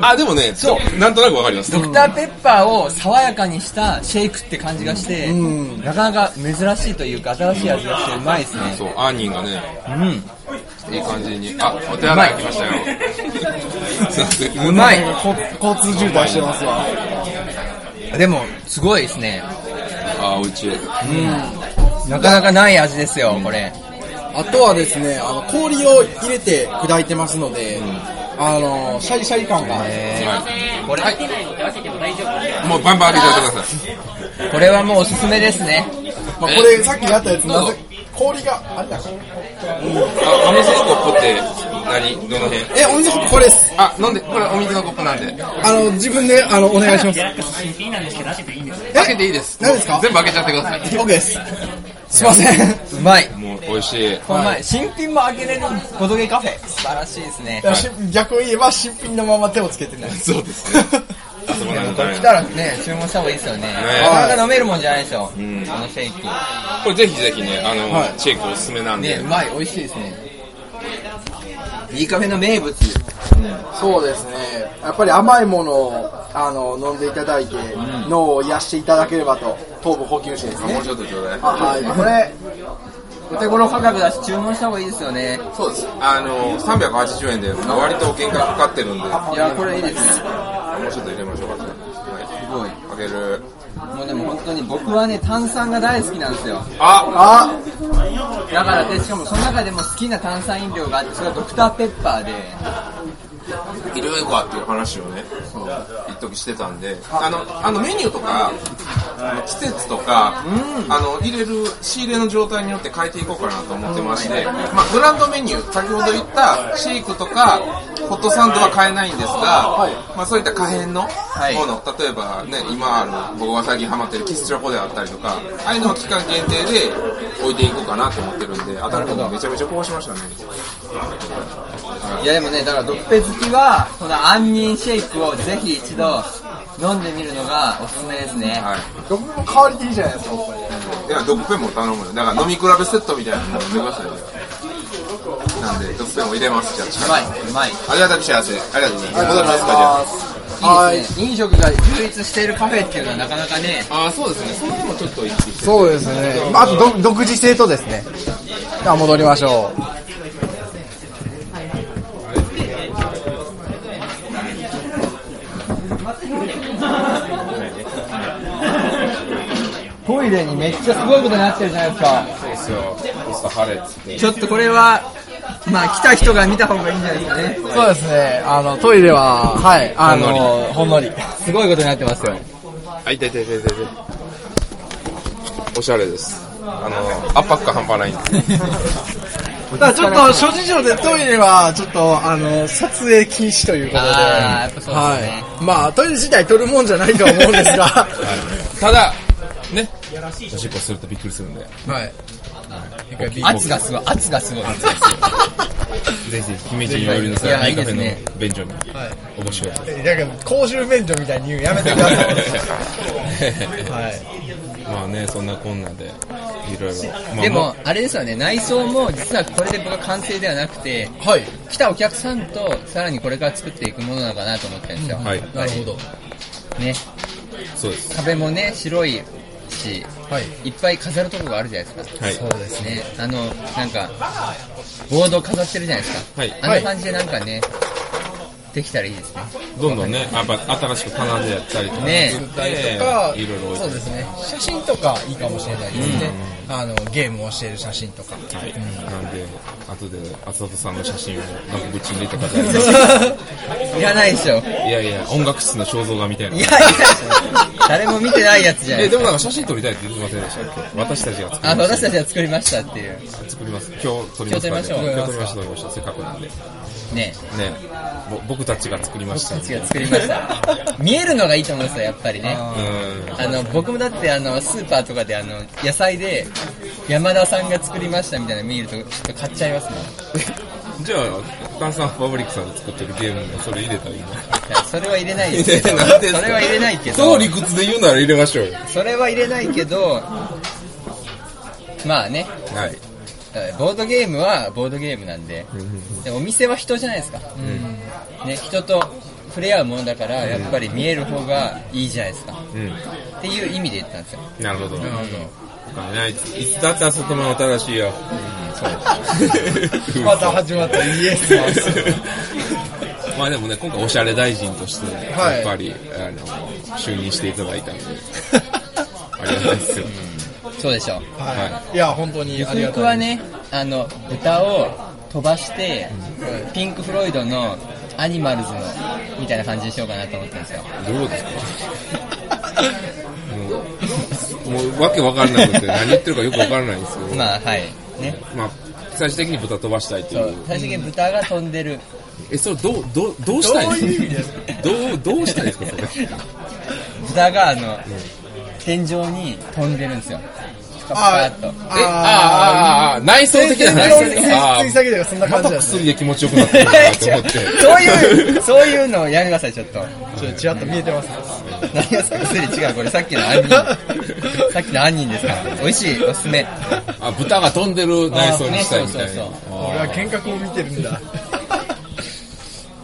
Speaker 3: な、
Speaker 2: あ、でもね、。
Speaker 3: そう
Speaker 2: なんとなくわかります。
Speaker 3: ドクターペッパーを爽やかにしたシェイクって感じがして、なかなか珍しいというか、新しい味がしてうまいですね。
Speaker 2: そう、アーニーがね、
Speaker 3: う
Speaker 2: いい感じに。あ、お手洗い来ましたよ。 すいません
Speaker 3: ん。うまい
Speaker 1: 交通渋滞してますわ。
Speaker 3: でも、すごいですね。
Speaker 2: あ、おうちへ。
Speaker 3: なかなかない味ですよ、これ。
Speaker 1: あとはですね、あの、氷を入れて砕いてますので、あの、シャリシャリ感が。
Speaker 2: は
Speaker 3: これ、
Speaker 2: い。もうバンバン開けちゃってください。
Speaker 3: これはもうおすすめですね。
Speaker 1: まあ、
Speaker 2: え
Speaker 1: これさっきやったやつ、な
Speaker 2: どう
Speaker 1: ぜ
Speaker 2: ぞ、
Speaker 1: 氷が、あれだ。
Speaker 2: あ、お水のコップって、何どの辺
Speaker 1: え、お水これです。
Speaker 2: あ、飲んで、これお水のコップなんで。
Speaker 1: あの、自分 で、あの、お願いします。
Speaker 4: デラックス新品なんですけど、開けていいんですか
Speaker 2: 開けていいです。
Speaker 1: 何ですか
Speaker 2: 全部開けちゃってください。
Speaker 1: OK です。すいません。
Speaker 3: うまい。
Speaker 2: もう美味しい。
Speaker 3: この前、新品も開けれるボドゲカフェ。素晴らしいですね。
Speaker 1: し 逆を言えば新品のまま手をつけてない。
Speaker 2: そうですね。あそこなんかね
Speaker 3: 来たらね、注文した方がいいですよね。なかなか飲めるもんじゃないですよ。
Speaker 2: ん
Speaker 3: あのシェイク。
Speaker 2: これぜひぜひね、あの、
Speaker 1: はい
Speaker 2: シェイクおすすめなんで。
Speaker 3: ね、うまい、美味しいですね。いいカフェの名物。
Speaker 1: そうですね。やっぱり甘いものを、あの、飲んでいただいて、脳を癒していただければと、糖分補給してです
Speaker 2: あ
Speaker 1: ね。
Speaker 2: もうちょっとちょうだい。
Speaker 1: はい、これ、
Speaker 3: お手頃価格だし、注文した方がいいですよね。
Speaker 2: そうです。あの、380円で、まあ割とお喧嘩かかってるんで、も
Speaker 3: いや、これいいですね。
Speaker 2: うちょっと入れましょうか。はい。
Speaker 3: すごい。
Speaker 2: 開てる。
Speaker 3: もうでも本当に僕はね、炭酸が大好きなんですよ。
Speaker 2: あ
Speaker 5: あ
Speaker 3: だからで、しかもその中でも好きな炭酸飲料があって、それはドクターペッパーで、
Speaker 2: いろいろかっていう話をね、一時してたんで、あの、あのメニューとか、あの季節とか、あの、入れる、仕入れの状態によって変えていこうかなと思ってまして、まあ、グランドメニュー、先ほど言ったシェイクとか、ホットサンドは買えないんですが、まあ、そういった可変のも
Speaker 3: い
Speaker 2: の、例えばね、今ある、僕が最近ハマってるキスチョコであったりとか、ああいうのを期間限定で置いていこうかなと思ってるんで、当たることめちゃめちゃ壊しましたね。
Speaker 3: いやでもね、だからドクペ好きは、この杏仁シェイクをぜひ一度飲んでみるのがおすすめですね。
Speaker 2: はい。
Speaker 5: どこも代わりでいいじゃないですか、おっぱい
Speaker 2: いや、ドッグペンも頼むよ。だから飲み比べセットみたいなのも飲んでくださいよ。なんで、ドッグペンも入れます。じゃあ、
Speaker 3: う
Speaker 2: 近
Speaker 3: まい
Speaker 2: い。、
Speaker 3: うまい。
Speaker 2: ありがたく幸せ。ありがとうございます。戻りますか、じゃ
Speaker 5: あ
Speaker 2: あ。
Speaker 5: はい
Speaker 3: いいですね。飲食が充実しているカフェっていうのはなかなかね、
Speaker 2: ああ、そうですね。その辺もちょっと意識して。
Speaker 5: そうですね。まああと、ど独自性とですね。じゃあ戻りましょう。
Speaker 3: トイレにめっちゃすごいことになってるじゃないですか。
Speaker 2: そうですよ。ポスト晴れっつって。
Speaker 3: ちょっとこれは、まあ来た人が見た方がいいんじゃないですかね。
Speaker 5: そうですね。あの、トイレは、はい、あの、ほんのり。
Speaker 3: すごいことになってますよ。
Speaker 2: あ、痛い痛い痛い痛い痛い。おしゃれです。あの、圧迫感半端ないんです。
Speaker 5: ただちょっと、諸事情でトイレは、ちょっと、あの、撮影禁止ということで。
Speaker 3: あーやっぱそうですね
Speaker 5: はい。まあ、トイレ自体撮るもんじゃないとは思うんですが。
Speaker 2: ただ、ね、おしっこするとびっくりするんで、
Speaker 5: はい。一回ビール
Speaker 3: 圧がすごい、圧がす ごい。
Speaker 2: ぜひぜひ、姫路にお寄りの
Speaker 3: いや
Speaker 2: 際、
Speaker 3: いい
Speaker 2: カ
Speaker 3: で
Speaker 2: フ
Speaker 3: す
Speaker 2: ェ
Speaker 3: ね
Speaker 2: の便所にお越しください。
Speaker 5: なんか、公衆免除みたいに言うやめてください。 はい。
Speaker 2: まあね、そんなこんなで、いろいろ。まあ
Speaker 3: でも、あれですよね、内装も実はこれで僕は完成ではなくて、
Speaker 5: はい。
Speaker 3: 来たお客さんとさらにこれから作っていくものなのかなと思ったんですよ。
Speaker 2: はい
Speaker 5: なるほど。
Speaker 3: ね、
Speaker 2: そうです。
Speaker 3: 壁もね、白いし、
Speaker 5: はい。
Speaker 3: いっぱい飾るとこがあるじゃないですか。
Speaker 2: はい
Speaker 5: そう。ですね。
Speaker 3: ね、あの、なんか、ボード飾ってるじゃないですか。
Speaker 2: はい
Speaker 3: あんな感じでなんかね、できたらいいですね。
Speaker 2: どんどんね、やっぱ新しく棚でやったりとか、
Speaker 3: ね
Speaker 2: 作ったりと
Speaker 5: か
Speaker 2: か、いろいろ置いて
Speaker 5: そうですね。写真とかいいかもしれないですね。あの、ゲームをしている写真とか。
Speaker 2: はい。なんで、後で、厚里さんの写真を額縁に入れて飾る。
Speaker 3: いらないでしょ。い
Speaker 2: いやいや、音楽室の肖像画みたいな。
Speaker 3: やいや、誰も見てないやつじゃな
Speaker 2: え、
Speaker 3: い
Speaker 2: でもなんか写真撮りたいって言ってませんでしたっけ私たちが作
Speaker 3: あ、
Speaker 2: りま
Speaker 3: 私
Speaker 2: した
Speaker 3: たちが作りましたっていう。
Speaker 2: 作ります。今日撮りますからね。
Speaker 3: 今日
Speaker 2: 今日
Speaker 3: 撮
Speaker 2: 撮
Speaker 3: り
Speaker 2: り
Speaker 3: ま
Speaker 2: ま
Speaker 3: し
Speaker 2: した、撮りました。せっかくなんで。ね。
Speaker 3: ね。
Speaker 2: ぼ僕たちが作りまし
Speaker 3: 僕
Speaker 2: た
Speaker 3: た。ちが作りました。見えるのがいいと思うんですよ、やっぱり
Speaker 2: う
Speaker 3: ね。
Speaker 2: ん。
Speaker 3: あの、僕もだって、あの、スーパーとかで、あの、野菜で、山田さんが作りましたみたいなの見ると、ちょっと買っちゃいますもん。
Speaker 2: じゃあ、炭酸ファブリックさんで作ってるゲームにそれ入れたらいいな。
Speaker 3: いやそれは入れないです
Speaker 2: 入れ ない
Speaker 3: そ
Speaker 2: です
Speaker 3: れは入れないけ
Speaker 2: その
Speaker 3: ど、
Speaker 2: 理屈で言うなら入れましょうよ。
Speaker 3: それは入れないけど、 まあね、
Speaker 2: はい。
Speaker 3: ボードゲームはボードゲームなんで、でお店は人じゃないですか。ね、人と触れ合うものだから、やっぱり見える方がいいじゃないですか。
Speaker 2: うん。
Speaker 3: っていう意味で言ったんですよ。
Speaker 2: なるほど。なるほど。いついつだって朝玉の正しいよ。
Speaker 5: また始まったイエスマン
Speaker 2: まあでもね、今回おしゃれ大臣として、
Speaker 5: はい。
Speaker 2: やっぱり、あの、就任していただいたので、ありがたいですよ。
Speaker 3: そうでしょ。
Speaker 2: はい
Speaker 5: いや、本当にありが
Speaker 3: 僕
Speaker 5: た
Speaker 3: はい
Speaker 5: です。
Speaker 3: ね、あの、歌を飛ばして、ピンク・フロイドのアニマルズの、みたいな感じにしようかなと思ってるんですよ。
Speaker 2: どうですかもう、もうわけわかんなくて、何言ってるかよくわからないんですけど、
Speaker 3: まあ、はい。ね。
Speaker 2: まあ、最終的に豚飛ばしたいと
Speaker 3: そ
Speaker 2: いうう。、
Speaker 3: 最終的に豚が飛んでる。
Speaker 2: え、それどう、どう、どうしたいんですかどう、どうしたいんですかそれ。
Speaker 3: 豚が、あの、天井に飛んでるんですよ。パカッと。
Speaker 2: え、ああ、ああ、内装的な
Speaker 5: 内
Speaker 2: 話
Speaker 5: 装
Speaker 2: で
Speaker 5: 的
Speaker 2: すか。あ
Speaker 5: な
Speaker 2: ー
Speaker 5: 吊り下げとかそんな
Speaker 2: ま
Speaker 5: 感じ
Speaker 2: た
Speaker 5: なんです
Speaker 2: 薬で気持ちよくなってるなと思 って。
Speaker 3: そういう、そういうのをやめてください、ちょっと。
Speaker 5: ちょっとちらっと見えてます。
Speaker 3: 何がですか薬違う、これさっきの杏仁。さっきの杏仁ですから。美味しい、おすすめ。
Speaker 2: あ、豚が飛んでる内装にしたいみたいな
Speaker 3: あーね。
Speaker 5: 俺
Speaker 2: あ
Speaker 5: は幻覚を見てる んだ。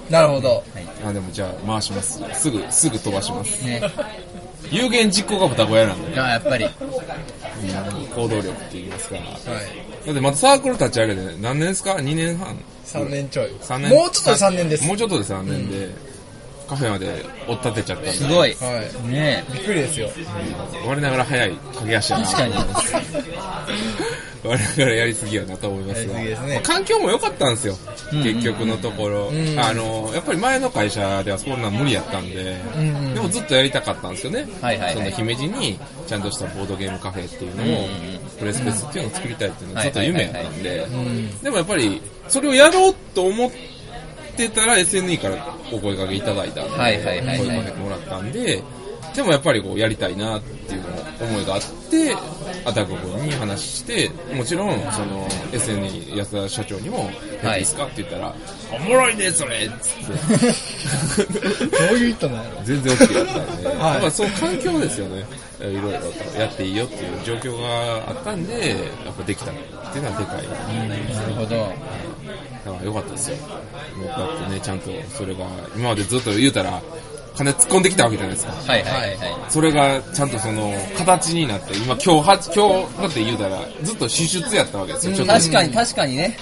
Speaker 5: なるほど。
Speaker 2: ーあ、でもじゃあ回します。すぐ、すぐ飛ばします。
Speaker 3: ね。
Speaker 2: 有言実行が豚小屋なんで、
Speaker 3: あやっぱり。
Speaker 2: 行動力って言いますから。だってまたサークル立ち上げて何年ですか ?2 年半
Speaker 5: 3年ちょい。
Speaker 2: ?3 年
Speaker 5: もうちょっとで3年です
Speaker 2: も。うちょっとで3年で。カフェまで追っ立てちゃったんで。
Speaker 3: すごい。
Speaker 1: は
Speaker 3: ね
Speaker 1: い。びっくりですよ。
Speaker 2: 我ながら早い駆け足やな。
Speaker 3: 確かに。
Speaker 2: 我ながらやりすぎやなと思いますが
Speaker 1: やりすぎですね
Speaker 2: まあ環境も良かったんですよ、結局のところ、
Speaker 1: ん
Speaker 2: あのやっぱり前の会社ではそんなん無理やったんで、
Speaker 1: ん
Speaker 2: でもずっとやりたかったんですよね、
Speaker 3: はいはいはい
Speaker 2: その姫路にちゃんとしたボードゲームカフェっていうのを、プレスペースっていうのを作りたいっていうのがずっと夢やったんで、でもやっぱりそれをやろうと思ってたら SNE からお声掛けいただいたんで、
Speaker 3: はいはいはいはい
Speaker 2: 声掛けてもらったんででもやっぱりこうやりたいなっていう思いがあってアタック君に話してもちろんその SNE 安田社長にも「やっていいですか?」って言ったら「おもろいねそれ!」っつって
Speaker 1: どういう意図なの
Speaker 2: 全然 OK だったん で、
Speaker 1: はい
Speaker 2: やっぱその環境ですよね、いろいろとやっていいよっていう状況があったんで、やっぱできたっていうのはでかい、
Speaker 3: なるほど。
Speaker 2: だから良かったですよ、もうだってね、ちゃんとそれが、今までずっと言うたら、金突っ込んできたわけじゃないですか。
Speaker 3: はいはいは
Speaker 2: それがちゃんとその形になって、今今日は、今日だって言うたら、ずっと支出やったわけですよ、ちょ
Speaker 3: い。
Speaker 2: っと
Speaker 3: 確かに確かにね。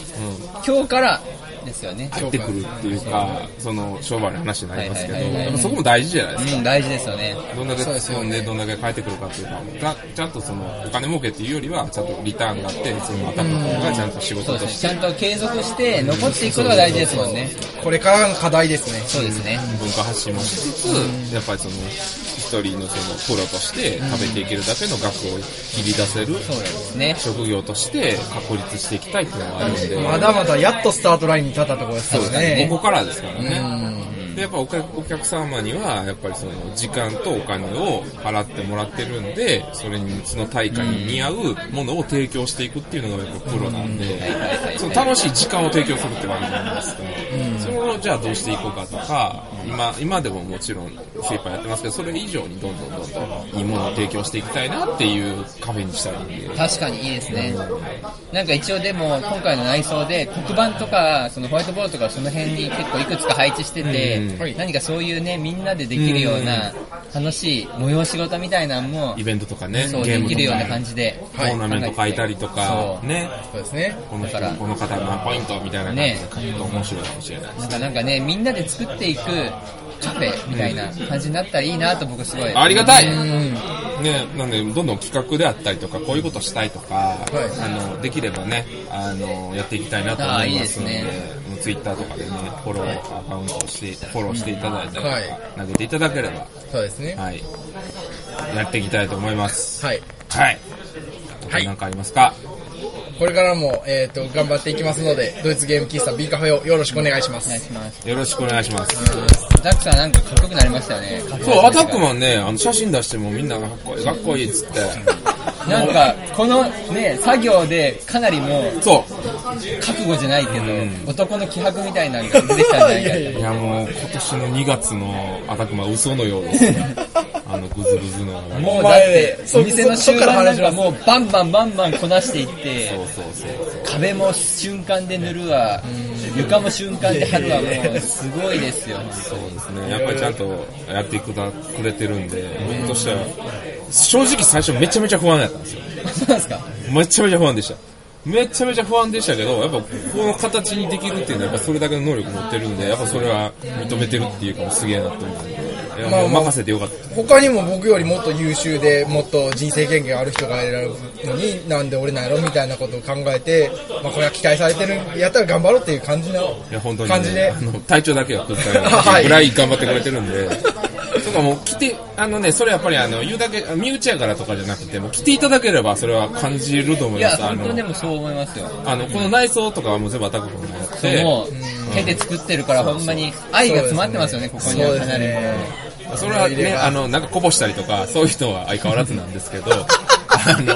Speaker 3: 今日からですよね。
Speaker 2: 入ってくるっていうか、その商売の話になりますけど、
Speaker 3: はいはいはいは
Speaker 2: や
Speaker 3: い
Speaker 2: っぱそこも大事じゃないですか
Speaker 3: うん、大事ですよね。
Speaker 2: どんだけ突っ込んで、どんだけ返ってくるかっていうか、たちゃんとその、お金儲けっていうよりは、ちゃんとリターンがあって、その、アタックの方がちゃんと仕
Speaker 3: そう
Speaker 2: 事
Speaker 3: で
Speaker 2: と
Speaker 3: すね。
Speaker 2: し
Speaker 3: ち
Speaker 2: て、
Speaker 3: ゃんと継続して残っていくことが大事ですもんね。
Speaker 1: これからの課題ですね。
Speaker 3: そうですね。
Speaker 2: 文化発信もしつつ、やっぱりその、一人のその、プロとして食べていけるだけの額を切り出せる、
Speaker 3: そうですね。
Speaker 2: 職業として確立していきたいっていうのがあるんで、
Speaker 1: まだまだやっとスタートラインに立ったところですからね。
Speaker 2: ここからですからね。で、やっぱお客お客様には、やっぱりその、時間とお金を払ってもらってるんで、それに、その対価に似合うものを提供していくっていうのがやっぱプロなんで
Speaker 3: う、ん
Speaker 2: その楽しい時間を提供するってわけじゃないですか。それをじゃあどうしていこうかとか、今、今でももちろん精一杯やってますけど、それ以上にどんどんどんどんいいものを提供していきたいなっていうカフェにしたいんで。
Speaker 3: 確かにいいですね。なんか一応でも、今回の内装で、黒板とか、そのホワイトボードとか、その辺に結構いくつか配置して
Speaker 2: うん
Speaker 3: て、何かそういうね、みんなでできるような、楽しい催し事みたいなのも
Speaker 2: イ、ベントとかね、
Speaker 3: そう、
Speaker 2: ゲー
Speaker 3: で
Speaker 2: ム
Speaker 3: き
Speaker 2: と
Speaker 3: るような
Speaker 2: か
Speaker 3: 感、じで。
Speaker 2: トーナメント書いたりとか
Speaker 3: そ、う
Speaker 2: ね、
Speaker 1: そうですね。
Speaker 2: この人
Speaker 3: だから
Speaker 2: この方何ポイントみたいな感じで書くと面白いかもしれないで
Speaker 3: な
Speaker 2: す
Speaker 3: んかなんかね、みんなで作っていくカフェみたいな感じになったらいいなと僕すごい。
Speaker 2: ありがたい
Speaker 3: うん
Speaker 2: ね、なんでどんどん企画であったりとかこういうことしたいとか、あのできればねあのやっていきたいなと思
Speaker 3: あー
Speaker 2: い
Speaker 3: いい
Speaker 2: ま
Speaker 3: ですす
Speaker 2: ので
Speaker 3: ね
Speaker 2: もうツイッターとかでねフォローアカウントをしてフォローしていただいたりとか、
Speaker 1: はい
Speaker 2: 投げていただければ、
Speaker 1: そうですね。
Speaker 2: はい、やっていきたいと思います
Speaker 1: はい。
Speaker 2: はい
Speaker 1: はい
Speaker 2: 何かありますか
Speaker 1: これからも、えっ、と、頑張っていきますので、ドイツゲーム喫茶 B カフェをよろしくお願いしま
Speaker 3: お願い
Speaker 1: す。
Speaker 3: します。
Speaker 2: よろしくお願いします
Speaker 3: ザックさんなんかかっこよくなりましたよね。
Speaker 2: そうアタックマンねあの写真出してもみんながかっこいいかっこいいっつ って
Speaker 3: なんか、このね、作業でかなりもう、
Speaker 2: そう
Speaker 3: 覚悟じゃないけど、
Speaker 2: ん
Speaker 3: 男の気迫みたいなのが出てきたんじゃないいか
Speaker 1: や
Speaker 3: っ
Speaker 1: いや
Speaker 3: て
Speaker 2: いやもう今年の2月のアタックマン嘘のようです ね。あのグズグズの上がり。
Speaker 3: もう
Speaker 1: お
Speaker 3: だっ
Speaker 1: 前ね
Speaker 3: て、
Speaker 1: そ
Speaker 3: お店の
Speaker 1: そ
Speaker 3: 終
Speaker 1: っから
Speaker 3: 盤な
Speaker 1: 話
Speaker 3: ん
Speaker 1: しま
Speaker 3: か
Speaker 1: す
Speaker 3: もうバンバンバンバンこなしていって、
Speaker 2: そうそうそうそう。
Speaker 3: 壁も瞬間で塗るわ、床も瞬間で貼るわ、もうすごいですよ。
Speaker 2: そうですね。やっぱりちゃんとやってくだくれてるんで、僕としては、正直最初めちゃめちゃ不安だったんですよ。
Speaker 3: そうなんですか
Speaker 2: めちゃめちゃ不安でした。めちゃめちゃ不安でしたけど、やっぱこの形にできるっていうのは、やっぱそれだけの能力持ってるんで、やっぱそれは認めてるっていうかもうすげえなって思うんで、いや
Speaker 1: まあ
Speaker 2: もう
Speaker 1: まあ
Speaker 2: 任せてよかった。
Speaker 1: 他にも僕よりもっと優秀で、もっと人生経験がある人がいるのに、なんで俺なんやろみたいなことを考えて、まあこれは期待されてる、やったら頑張ろうっていう感じな、
Speaker 2: いや、本当に、ね。
Speaker 1: 感じで
Speaker 2: あ。の、体調だけは崩さない
Speaker 1: はい
Speaker 2: ぐらい頑張ってくれてるんで。とかもう来て、あのね、それやっぱりあの、言うだけ、身内やからとかじゃなくて、もう来ていただければそれは感じると思
Speaker 3: い
Speaker 2: いま
Speaker 3: や、
Speaker 2: す。あ
Speaker 3: 本当にで
Speaker 2: の、
Speaker 3: もそう思いますよ。
Speaker 2: あの、この内装とかはもう全部アタック君がやっ
Speaker 3: そうも
Speaker 2: て、
Speaker 3: う、手で作ってるからほんまに愛が詰まってますよね、ここに
Speaker 1: そう
Speaker 3: は
Speaker 1: で
Speaker 3: か
Speaker 1: す
Speaker 3: なりもう。
Speaker 1: ね。
Speaker 2: それはね、あの、なんかこぼしたりとか、そういうのは相変わらずなんですけど、あの、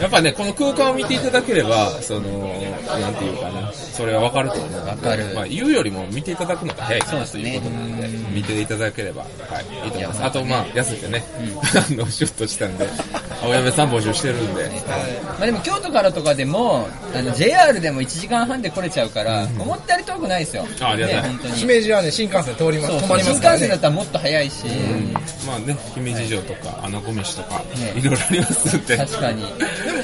Speaker 2: やっぱね、この空間を見ていただければ、その、なんていうかな、それはわかると思う。わ
Speaker 3: かる
Speaker 2: まあ、言うよりも見ていただくのが早いかな
Speaker 3: そ
Speaker 2: と
Speaker 3: うで
Speaker 2: い
Speaker 3: す
Speaker 2: うこ
Speaker 3: ね
Speaker 2: となんで、見ていただければ、はい、いいと思います。あと、まあ、痩せてね、 あの、シュッとしたんで、青山さん募集してるんで、
Speaker 3: まあ、でも京都からとかでも、あの JR でも1時間半で来れちゃうから、思ったより遠くないですよ。
Speaker 2: あありがたい
Speaker 3: ね、本当に。
Speaker 1: 姫路はね、新幹線通ります。
Speaker 3: そう
Speaker 1: 止まりま
Speaker 3: 新
Speaker 1: すから
Speaker 3: 幹線だ
Speaker 1: ね
Speaker 3: っ。たらもっと早いし、
Speaker 2: まあね、姫路城とか、穴子飯とか、
Speaker 3: ね
Speaker 2: いろいろありますんで。
Speaker 3: 確かに。
Speaker 1: でも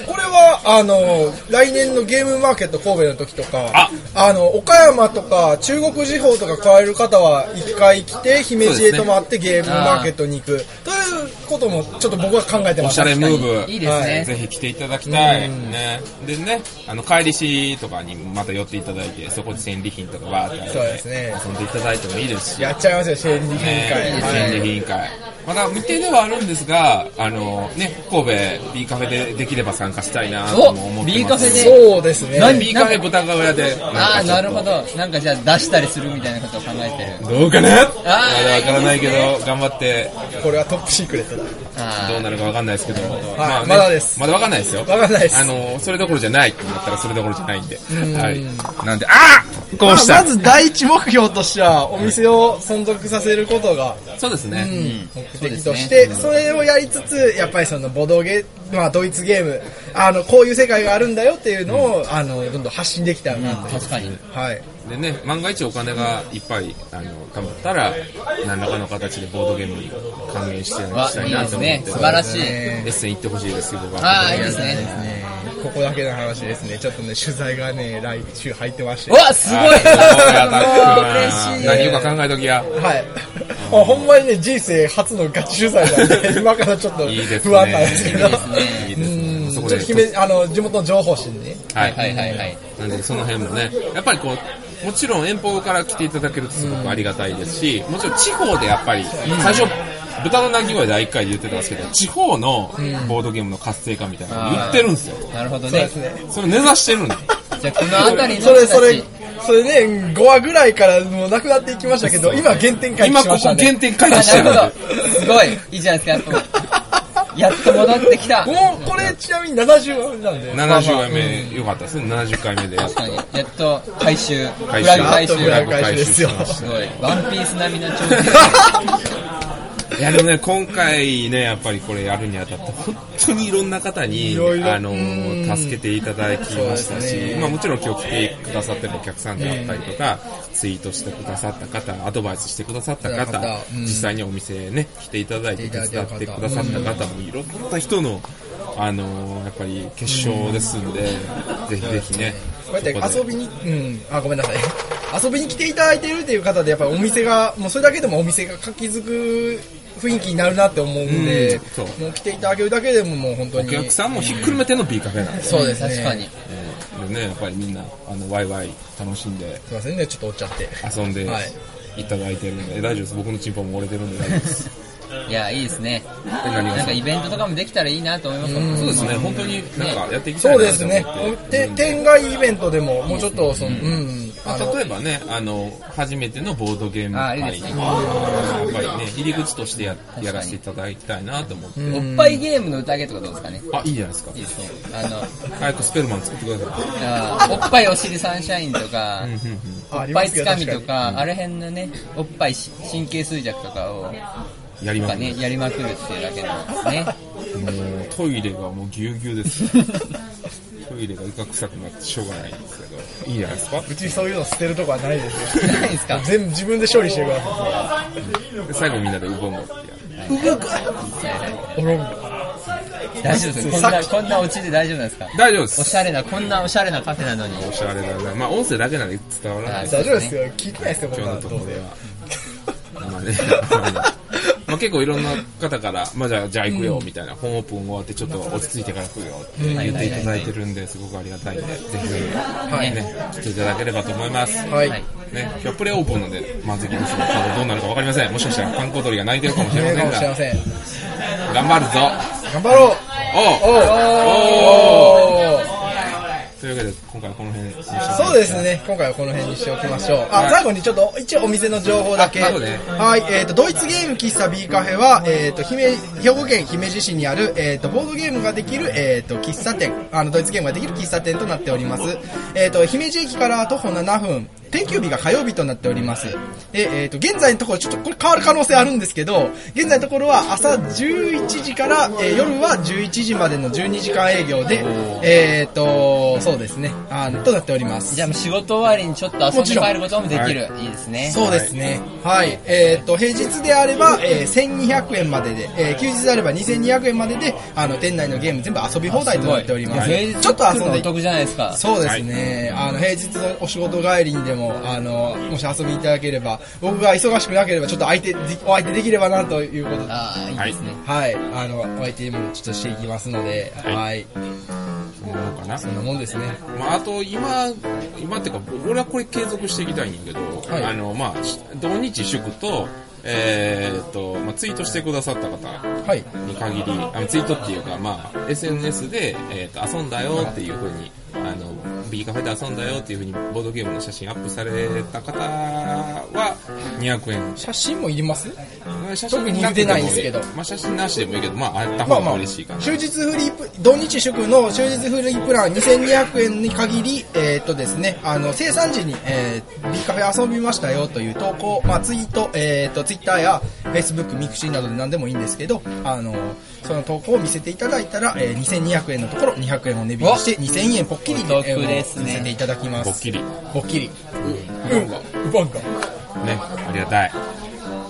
Speaker 1: これ
Speaker 5: は、あの、来年のゲームマーケット神戸の時とか、
Speaker 2: あ
Speaker 5: の、岡山とか中国地方とか買える方は一回来て、姫路へ泊まってゲームマーケットに行く。ということも、ちょっと僕は考えて
Speaker 2: お
Speaker 5: まし
Speaker 2: しゃ
Speaker 5: た。
Speaker 2: れムーブ。
Speaker 3: いいですね、
Speaker 2: ぜひ来ていただきたい。ね。でね、あの、帰りしとかにまた寄っていただいて、そこで戦利品とかバーってあるん
Speaker 5: そうですね
Speaker 2: 遊んでいただいてもいいですし。
Speaker 5: やっちゃいますよ、戦利品会。
Speaker 2: ね、
Speaker 5: はい
Speaker 2: 戦利品会。まだ未定ではあるんですが、あの、ね、神戸 B カフェでできれば参加したいなとも思ってます。
Speaker 3: お B カフェで
Speaker 5: そうですね。
Speaker 3: 何
Speaker 2: B カフェ豚ヶ浦で。
Speaker 3: ああなるほ
Speaker 2: ど。
Speaker 3: どなんかじゃあ出したりするみたいなことを考えてる
Speaker 2: どうかなまだわ
Speaker 3: あー
Speaker 2: からないけど、頑張って、
Speaker 5: これはトップシークレットだ。
Speaker 3: あ
Speaker 2: どうなるかわかんないですけど、ま
Speaker 5: まだです
Speaker 2: まだわかんないですよ。
Speaker 5: わかんないです
Speaker 2: あの、それどころじゃないってなったらそれどころじゃないんで。はい。なんで、あーこうした、
Speaker 5: まあまず第一目標としては、お店を存続させることが
Speaker 2: そうですね。
Speaker 5: 目的として、それをやりつつ、やっぱりそのボドゲ、まあドイツゲーム、あの、こういう世界があるんだよっていうのを、あの、どんどん発信できたらな
Speaker 3: あ
Speaker 5: と。
Speaker 3: 確かに
Speaker 5: はい。
Speaker 2: でね、万が一お金がいっぱい、あの、貯まったら、何らかの形でボードゲームに還元して
Speaker 3: わ
Speaker 2: した
Speaker 3: い
Speaker 2: い
Speaker 3: い
Speaker 2: な
Speaker 3: で
Speaker 2: と
Speaker 3: す
Speaker 2: 思って
Speaker 3: ね。素晴らしい
Speaker 2: エッセン行ってほしいですけど、僕は
Speaker 3: ああいいですね
Speaker 5: ここだけの話ですね。ちょっとね、取材がね、来週入ってまして。
Speaker 3: うわす ごい嬉しい
Speaker 2: 何言うか考えときや。
Speaker 5: はい。あほんまにね、人生初のガチ取材な んで、今からちょっと
Speaker 2: いいですね。
Speaker 5: 不安なんですけど。
Speaker 2: いいですね。
Speaker 5: うんち
Speaker 2: そ
Speaker 5: ょ
Speaker 2: こ
Speaker 5: っ
Speaker 2: で
Speaker 5: と姫、あの、地元の情報誌にね。
Speaker 2: はい
Speaker 3: はいはいはい
Speaker 2: なんでその辺もね、やっぱりこう、もちろん遠方から来ていただけるとすごくありがたいですし、もちろん地方でやっぱり、最初、豚の鳴き声第1回で言ってたんですけど、地方のボードゲームの活性化みたいなの言ってるんですよ。
Speaker 3: なるほど
Speaker 5: そう
Speaker 3: ね
Speaker 5: ですね。
Speaker 2: それ根ざしてるんで。
Speaker 3: じゃあこの辺りの
Speaker 5: それ、そ
Speaker 3: 人た
Speaker 5: れ
Speaker 3: ち、
Speaker 5: それね、5話ぐらいからもうなくなっていきましたけど、今原点回帰
Speaker 2: 今
Speaker 5: し
Speaker 2: こ
Speaker 5: ま
Speaker 2: こ
Speaker 5: した
Speaker 2: 原
Speaker 5: ね。
Speaker 2: 点回帰し
Speaker 3: あ
Speaker 2: てるん
Speaker 3: なる
Speaker 2: で。
Speaker 3: ほどすごいいいじゃないですかやっぱやっと戻ってきた
Speaker 5: もうこれちなみに70話目 なんで。
Speaker 2: 70
Speaker 5: まあまあ
Speaker 2: 回目、良かったですね。70回目でやっと。
Speaker 3: はいやっと回収
Speaker 2: 回
Speaker 3: 回
Speaker 2: 収
Speaker 3: 収回収
Speaker 5: 裏返しですよ
Speaker 2: 裏返しし
Speaker 3: す
Speaker 2: ま
Speaker 3: ごいワンピース並みの調整
Speaker 2: したいやでもね、今回ね、やっぱりこれやるにあたって、本当にいろんな方に、
Speaker 5: ろいろ
Speaker 2: あのー、助けていただきましたし、まあもちろん今日来てくださってるお客さんであったりとか、ツイートしてくださった方、アドバイスしてくださった
Speaker 5: くださ
Speaker 2: 方
Speaker 5: っ、たうん
Speaker 2: 実際にお店ね、来ていただいて手
Speaker 5: 来てい
Speaker 2: 伝
Speaker 5: ただ
Speaker 2: っ
Speaker 5: いた方
Speaker 2: てくださった方もいろんな人の、あのー、やっぱり結晶ですんで、ぜひぜひね、
Speaker 5: こうやって
Speaker 2: ここで
Speaker 5: 遊びに、うん、あ、ごめんなさい。 遊びに来ていただいてるっていう方で、やっぱりお店が、もうそれだけでもお店が活気づく雰囲気になるなって思うんで、
Speaker 2: うんそう
Speaker 5: もう来ていただけるだけでももう本当
Speaker 2: お
Speaker 5: に。
Speaker 2: 客さんもひっくるめての B カフェなんです。
Speaker 5: そうですね。
Speaker 3: 確かに
Speaker 5: す
Speaker 2: でね、やっぱりみんな、あの、ワイワイ楽しんで
Speaker 5: いませんね、ちょっとおっちゃって。
Speaker 2: 遊んで
Speaker 5: はい
Speaker 2: いただいてるんで、え大丈夫です。僕のチンポも折れてるんで大丈夫です。
Speaker 3: いやいいですね
Speaker 2: 何が
Speaker 3: なんかイベントとかもできたらいいなと思いますもん
Speaker 2: そうですね、本当になんかやっていきた
Speaker 5: そ
Speaker 2: いう
Speaker 5: で
Speaker 2: な
Speaker 5: す
Speaker 2: と
Speaker 5: ね
Speaker 2: 思っ。て。
Speaker 5: て店外イベントでも、もうちょっと、その、うん、
Speaker 2: ま
Speaker 5: あ
Speaker 2: あ
Speaker 5: の、
Speaker 2: 例えばね、あの、初めてのボードゲーム
Speaker 3: あ
Speaker 2: 会
Speaker 3: いい
Speaker 2: とか、
Speaker 3: ですね
Speaker 2: やっぱりね、入り口としてややらせていただきたいなと思って。
Speaker 3: おっぱいゲームの宴とかどうですかね
Speaker 2: あ、いいじゃないですか
Speaker 3: いい。ですねあの
Speaker 2: 早くスペルマン作ってください。
Speaker 3: あーおっぱいお尻サンシャインとか
Speaker 2: うんうんうん
Speaker 3: お
Speaker 5: あ
Speaker 3: っ
Speaker 5: り
Speaker 3: ぱ
Speaker 5: ま
Speaker 3: い
Speaker 5: す
Speaker 3: つ
Speaker 5: よ
Speaker 3: かみと
Speaker 5: 確
Speaker 3: かあら辺のねおっぱいし神経衰弱とかを
Speaker 2: やり
Speaker 3: や
Speaker 2: ま
Speaker 3: っぱ
Speaker 2: すね
Speaker 3: ね。やりまくるっていうだけのね
Speaker 2: もうトイレがもうぎゅうぎゅうですよトイレがうか臭くなってしょうがないんですけどいいじゃないですか
Speaker 5: うちそういうの捨てるとこはないですよ。
Speaker 3: ないですか
Speaker 5: 全部自分で処理してくださ
Speaker 2: で最後みんなでウボンゴってやる
Speaker 5: い。おろん
Speaker 3: 大丈夫ですかこんなこんなオチで大丈夫なんですか
Speaker 2: 大丈夫で
Speaker 3: お
Speaker 2: す
Speaker 3: しゃれなこんなおしゃれなカフェなのに
Speaker 2: おしゃれだなまあ音声だけなら伝わらないです
Speaker 5: 大丈夫ですよ。聞いてないですよ、こん
Speaker 2: 今日
Speaker 5: な
Speaker 2: の
Speaker 5: の
Speaker 2: と
Speaker 5: ど
Speaker 2: こ
Speaker 5: う
Speaker 2: ろ
Speaker 5: せ
Speaker 2: は。まあね まあ結構いろんな方から、まあじゃあ、じゃあ行くよ、みたいな、本オープン終わってちょっと落ち着いてから来るよって言っていただいてるんで、すごくありがたいんで、ぜひぜひ、ね、来ていただければと思います。
Speaker 5: はい。
Speaker 3: はい
Speaker 2: ね、今日プレオープンなんで、満席ですが、どうなるかわかりません。もしかしたら、観光鳥が泣いてるかもしれ
Speaker 5: ええかも
Speaker 2: ま
Speaker 5: し
Speaker 2: せ
Speaker 5: れ
Speaker 2: ん
Speaker 5: ま
Speaker 2: が、
Speaker 5: せん。
Speaker 2: 頑張るぞ
Speaker 5: 頑張ろう
Speaker 2: おうおう
Speaker 5: おお
Speaker 2: というわけで、今回はこの辺にして
Speaker 5: そうですね、今回はこの辺にしておきましょう。あ、最後にちょっと、一応お店の情報だけ。
Speaker 2: あそうね
Speaker 5: はい、えっ、と、ドイツゲーム喫茶 B カフェは、えっ、と、姫、兵庫県姫路市にある、えっ、と、ボードゲームができる、えっ、と、喫茶店、あの、ドイツゲームができる喫茶店となっております。えっ、と、姫路駅から徒歩7分、定休日が火曜日となっております。で、えっ、と、現在のところ、ちょっとこれ変わる可能性あるんですけど、現在のところは朝11時から、えー夜は11時までの12時間営業で、えっ、と、そうですね、あのとなっております。
Speaker 3: じゃあもう仕事終わりにちょっと遊んで帰ることもできる。
Speaker 2: も
Speaker 3: い、いですね。
Speaker 5: そうですね。はい。えーっと、平日であれば、えー1200円までで、えー休日であれば2200円までで、あの、店内のゲーム全部遊び放題となっております。
Speaker 3: 平日
Speaker 5: ちょっと遊んで
Speaker 3: お得じゃないですか。
Speaker 5: そうですね、あの平日のお仕事帰りにでもあのもし遊びいただければ僕が忙しくなければちょっと相手でお相手できればなということでは
Speaker 3: ああ、
Speaker 2: はいい
Speaker 3: いですね。
Speaker 5: いあのお相手もちょっとしていきますのでは、
Speaker 2: はいい思うかな。
Speaker 5: そんなもんですね
Speaker 2: まあ、あと今、今っていうか、俺はこれ継続していきたいんだけど、
Speaker 5: はい
Speaker 2: あの、まあ、し土日祝と、えーっと、まあ、ツイートしてくださった方
Speaker 5: はい
Speaker 2: に限り、あのツイートっていうか、まあ、SNS で、えーっと、遊んだよっていうふうに、あの、B カフェで遊んだよっていうふうに、ボードゲームの写真アップされた方は、200円。
Speaker 5: 写真もいります
Speaker 2: 写
Speaker 5: 特に言うてないんですけど
Speaker 2: まあ、写真なしでもいいけど、まあ、あった方
Speaker 5: まあま
Speaker 2: が
Speaker 5: あ
Speaker 2: 嬉しいかな。
Speaker 5: 終日フリープ土日祝の終日フリープラン2200円に限りえーっとですねあの生産時に、えー、B カフェ遊びましたよという投稿、まあ、ツイート、えーっとツイッターや Facebook ミクシーなどで何でもいいんですけどあのその投稿を見せていただいたら、えー2200円のところ200円を値引きして2000円ポッキリで
Speaker 3: お得ですね
Speaker 5: 見せていただきます
Speaker 2: ぽっきり。
Speaker 5: ポッキリ
Speaker 2: うん。
Speaker 5: うばんか
Speaker 2: ね、ありがたい。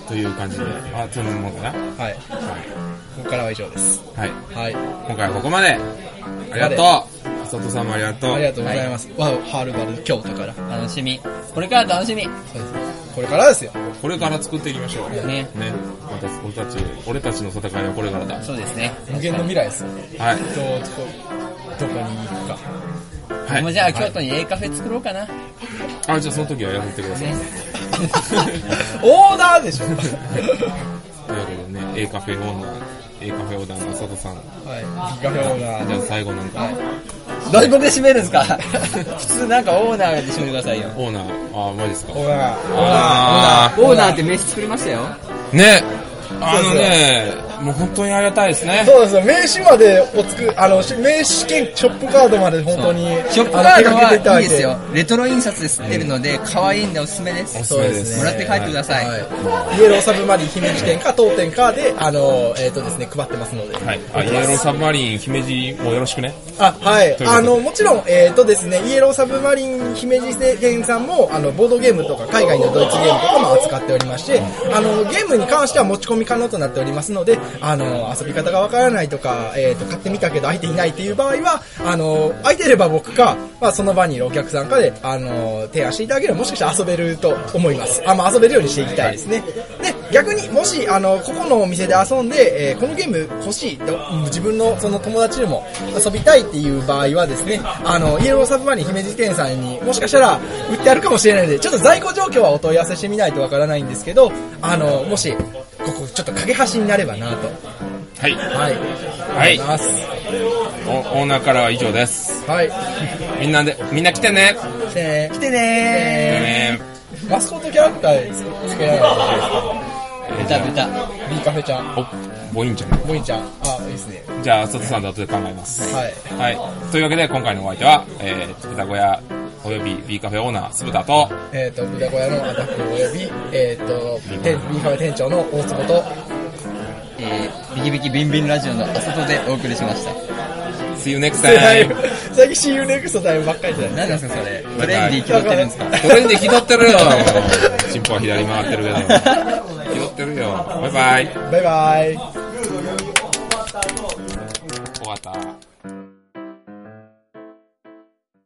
Speaker 2: という感じで、あ、そんなもんかな。
Speaker 5: はい
Speaker 2: は
Speaker 5: ここからは以上です
Speaker 2: い。はい。
Speaker 5: はい
Speaker 2: 今回はここまで。ありがとう。佐藤さんもありがとう。
Speaker 5: ありがとうございます、わおはるばる京都から
Speaker 3: 楽しみ。これから楽しみ。
Speaker 5: そうですこれからですよ
Speaker 2: これから作っていきましょう。
Speaker 3: ね
Speaker 2: ね。また俺たち、俺たちの戦いはこれからだ。
Speaker 3: そうですね。
Speaker 5: 無限の未来ですよ
Speaker 2: はい。
Speaker 5: どうどこに行くか
Speaker 2: はい。
Speaker 3: もうじゃあ
Speaker 2: はい
Speaker 3: 京都に A カフェ作ろうかな。ね。
Speaker 2: あ、じゃあその時はやってください。
Speaker 5: オーダーでしょ
Speaker 2: というわけでね、A カフェオーナー、A カフェオーナーの佐藤さん。
Speaker 5: はいビカフェオーナ
Speaker 2: じゃあ最後なんか、
Speaker 3: どういうことで締めるんですか 普通なんかオーナーで締めてくださいよ。
Speaker 2: オーナー、あ、マジですか。
Speaker 5: オーナー
Speaker 2: あ
Speaker 3: オーナーって飯作りましたよ。
Speaker 2: ー。ね。あのね、もう本当にありがたいですね。
Speaker 5: そうですよ名刺までおつくあのし名刺兼ショップカードまで本当に
Speaker 3: ショップカ
Speaker 5: あの
Speaker 3: ー
Speaker 5: 手
Speaker 3: ド
Speaker 5: 掛けていた
Speaker 3: は
Speaker 5: だ
Speaker 3: いい
Speaker 5: て
Speaker 3: ですよ。レトロ印刷で吸ってるので、可愛いんでおすすめです。
Speaker 2: おす
Speaker 5: そうですね
Speaker 3: もらって帰ってください。
Speaker 5: はい、イエローサブマリン姫路店か当店かであのえっ、とですね配ってますので
Speaker 2: はい。あ、イエローサブマリン、姫路もよろしくね。
Speaker 5: あ、はい
Speaker 2: と。いうことで
Speaker 5: あの、もちろん、えっ、とですね、イエローサブマリン姫路店さんも、あの、ボードゲームとか、海外のドイツゲームとかも扱っておりまして、あの、ゲームに関しては持ち込み可能となっておりますので、あの、遊び方がわからないとか、えっ、と、買ってみたけど空いていないっていう場合は、あの、空いてれば僕か、まあ、その場にいるお客さんかで、あの、提案していただければ、もしかしたら遊べると思います。あ、まあ、遊べるようにしていきたいですね。で、逆にもし、あの、ここのお店で遊んで、えーこのゲーム欲しいと、自分のその友達でも遊びたいっていう場合はですね、あの、イエローサブマリン姫路店さんにもしかしたら売ってあるかもしれないので、ちょっと在庫状況はお問い合わせしてみないとわからないんですけど、あの、もし、ここちょっと架け橋になればなと。
Speaker 2: はい。
Speaker 5: はい。
Speaker 2: はい
Speaker 5: 思います。
Speaker 2: おオーナーからは以上です。
Speaker 5: はい。
Speaker 2: みんなで、みんな来てね。
Speaker 5: 来てね
Speaker 3: 来てね
Speaker 2: え
Speaker 5: マスコットキャラクター作らない
Speaker 3: ー。豚豚。
Speaker 5: と。ビーカフェちゃん、
Speaker 2: ー、お、ボインちゃん。
Speaker 5: ボインちゃん。あ、いいですね。
Speaker 2: じゃあ、佐藤さんと後で考えます。
Speaker 5: はい。
Speaker 2: はい。というわけで、今回のお相手は、えー、豚小屋、および B カフェオーナー、酢豚と、
Speaker 5: えっ、と、豚小屋のアタックおよび、えっ、と、店ビーカフェ店長の大坪と、
Speaker 3: えー、ビキビキビンビンラジオのあさとでお送りしました。
Speaker 2: See you next
Speaker 5: 最
Speaker 2: time!
Speaker 5: 近最近 CU ネクストタイムばっかりじゃな
Speaker 3: 何
Speaker 5: い
Speaker 3: なんですかそれ。トレンディー気取ってるんですか
Speaker 2: これで気取ってるよ。 チンポは左回ってるけど。気取ってるよ。バイバイ。
Speaker 5: バイバイ。
Speaker 2: 終わった。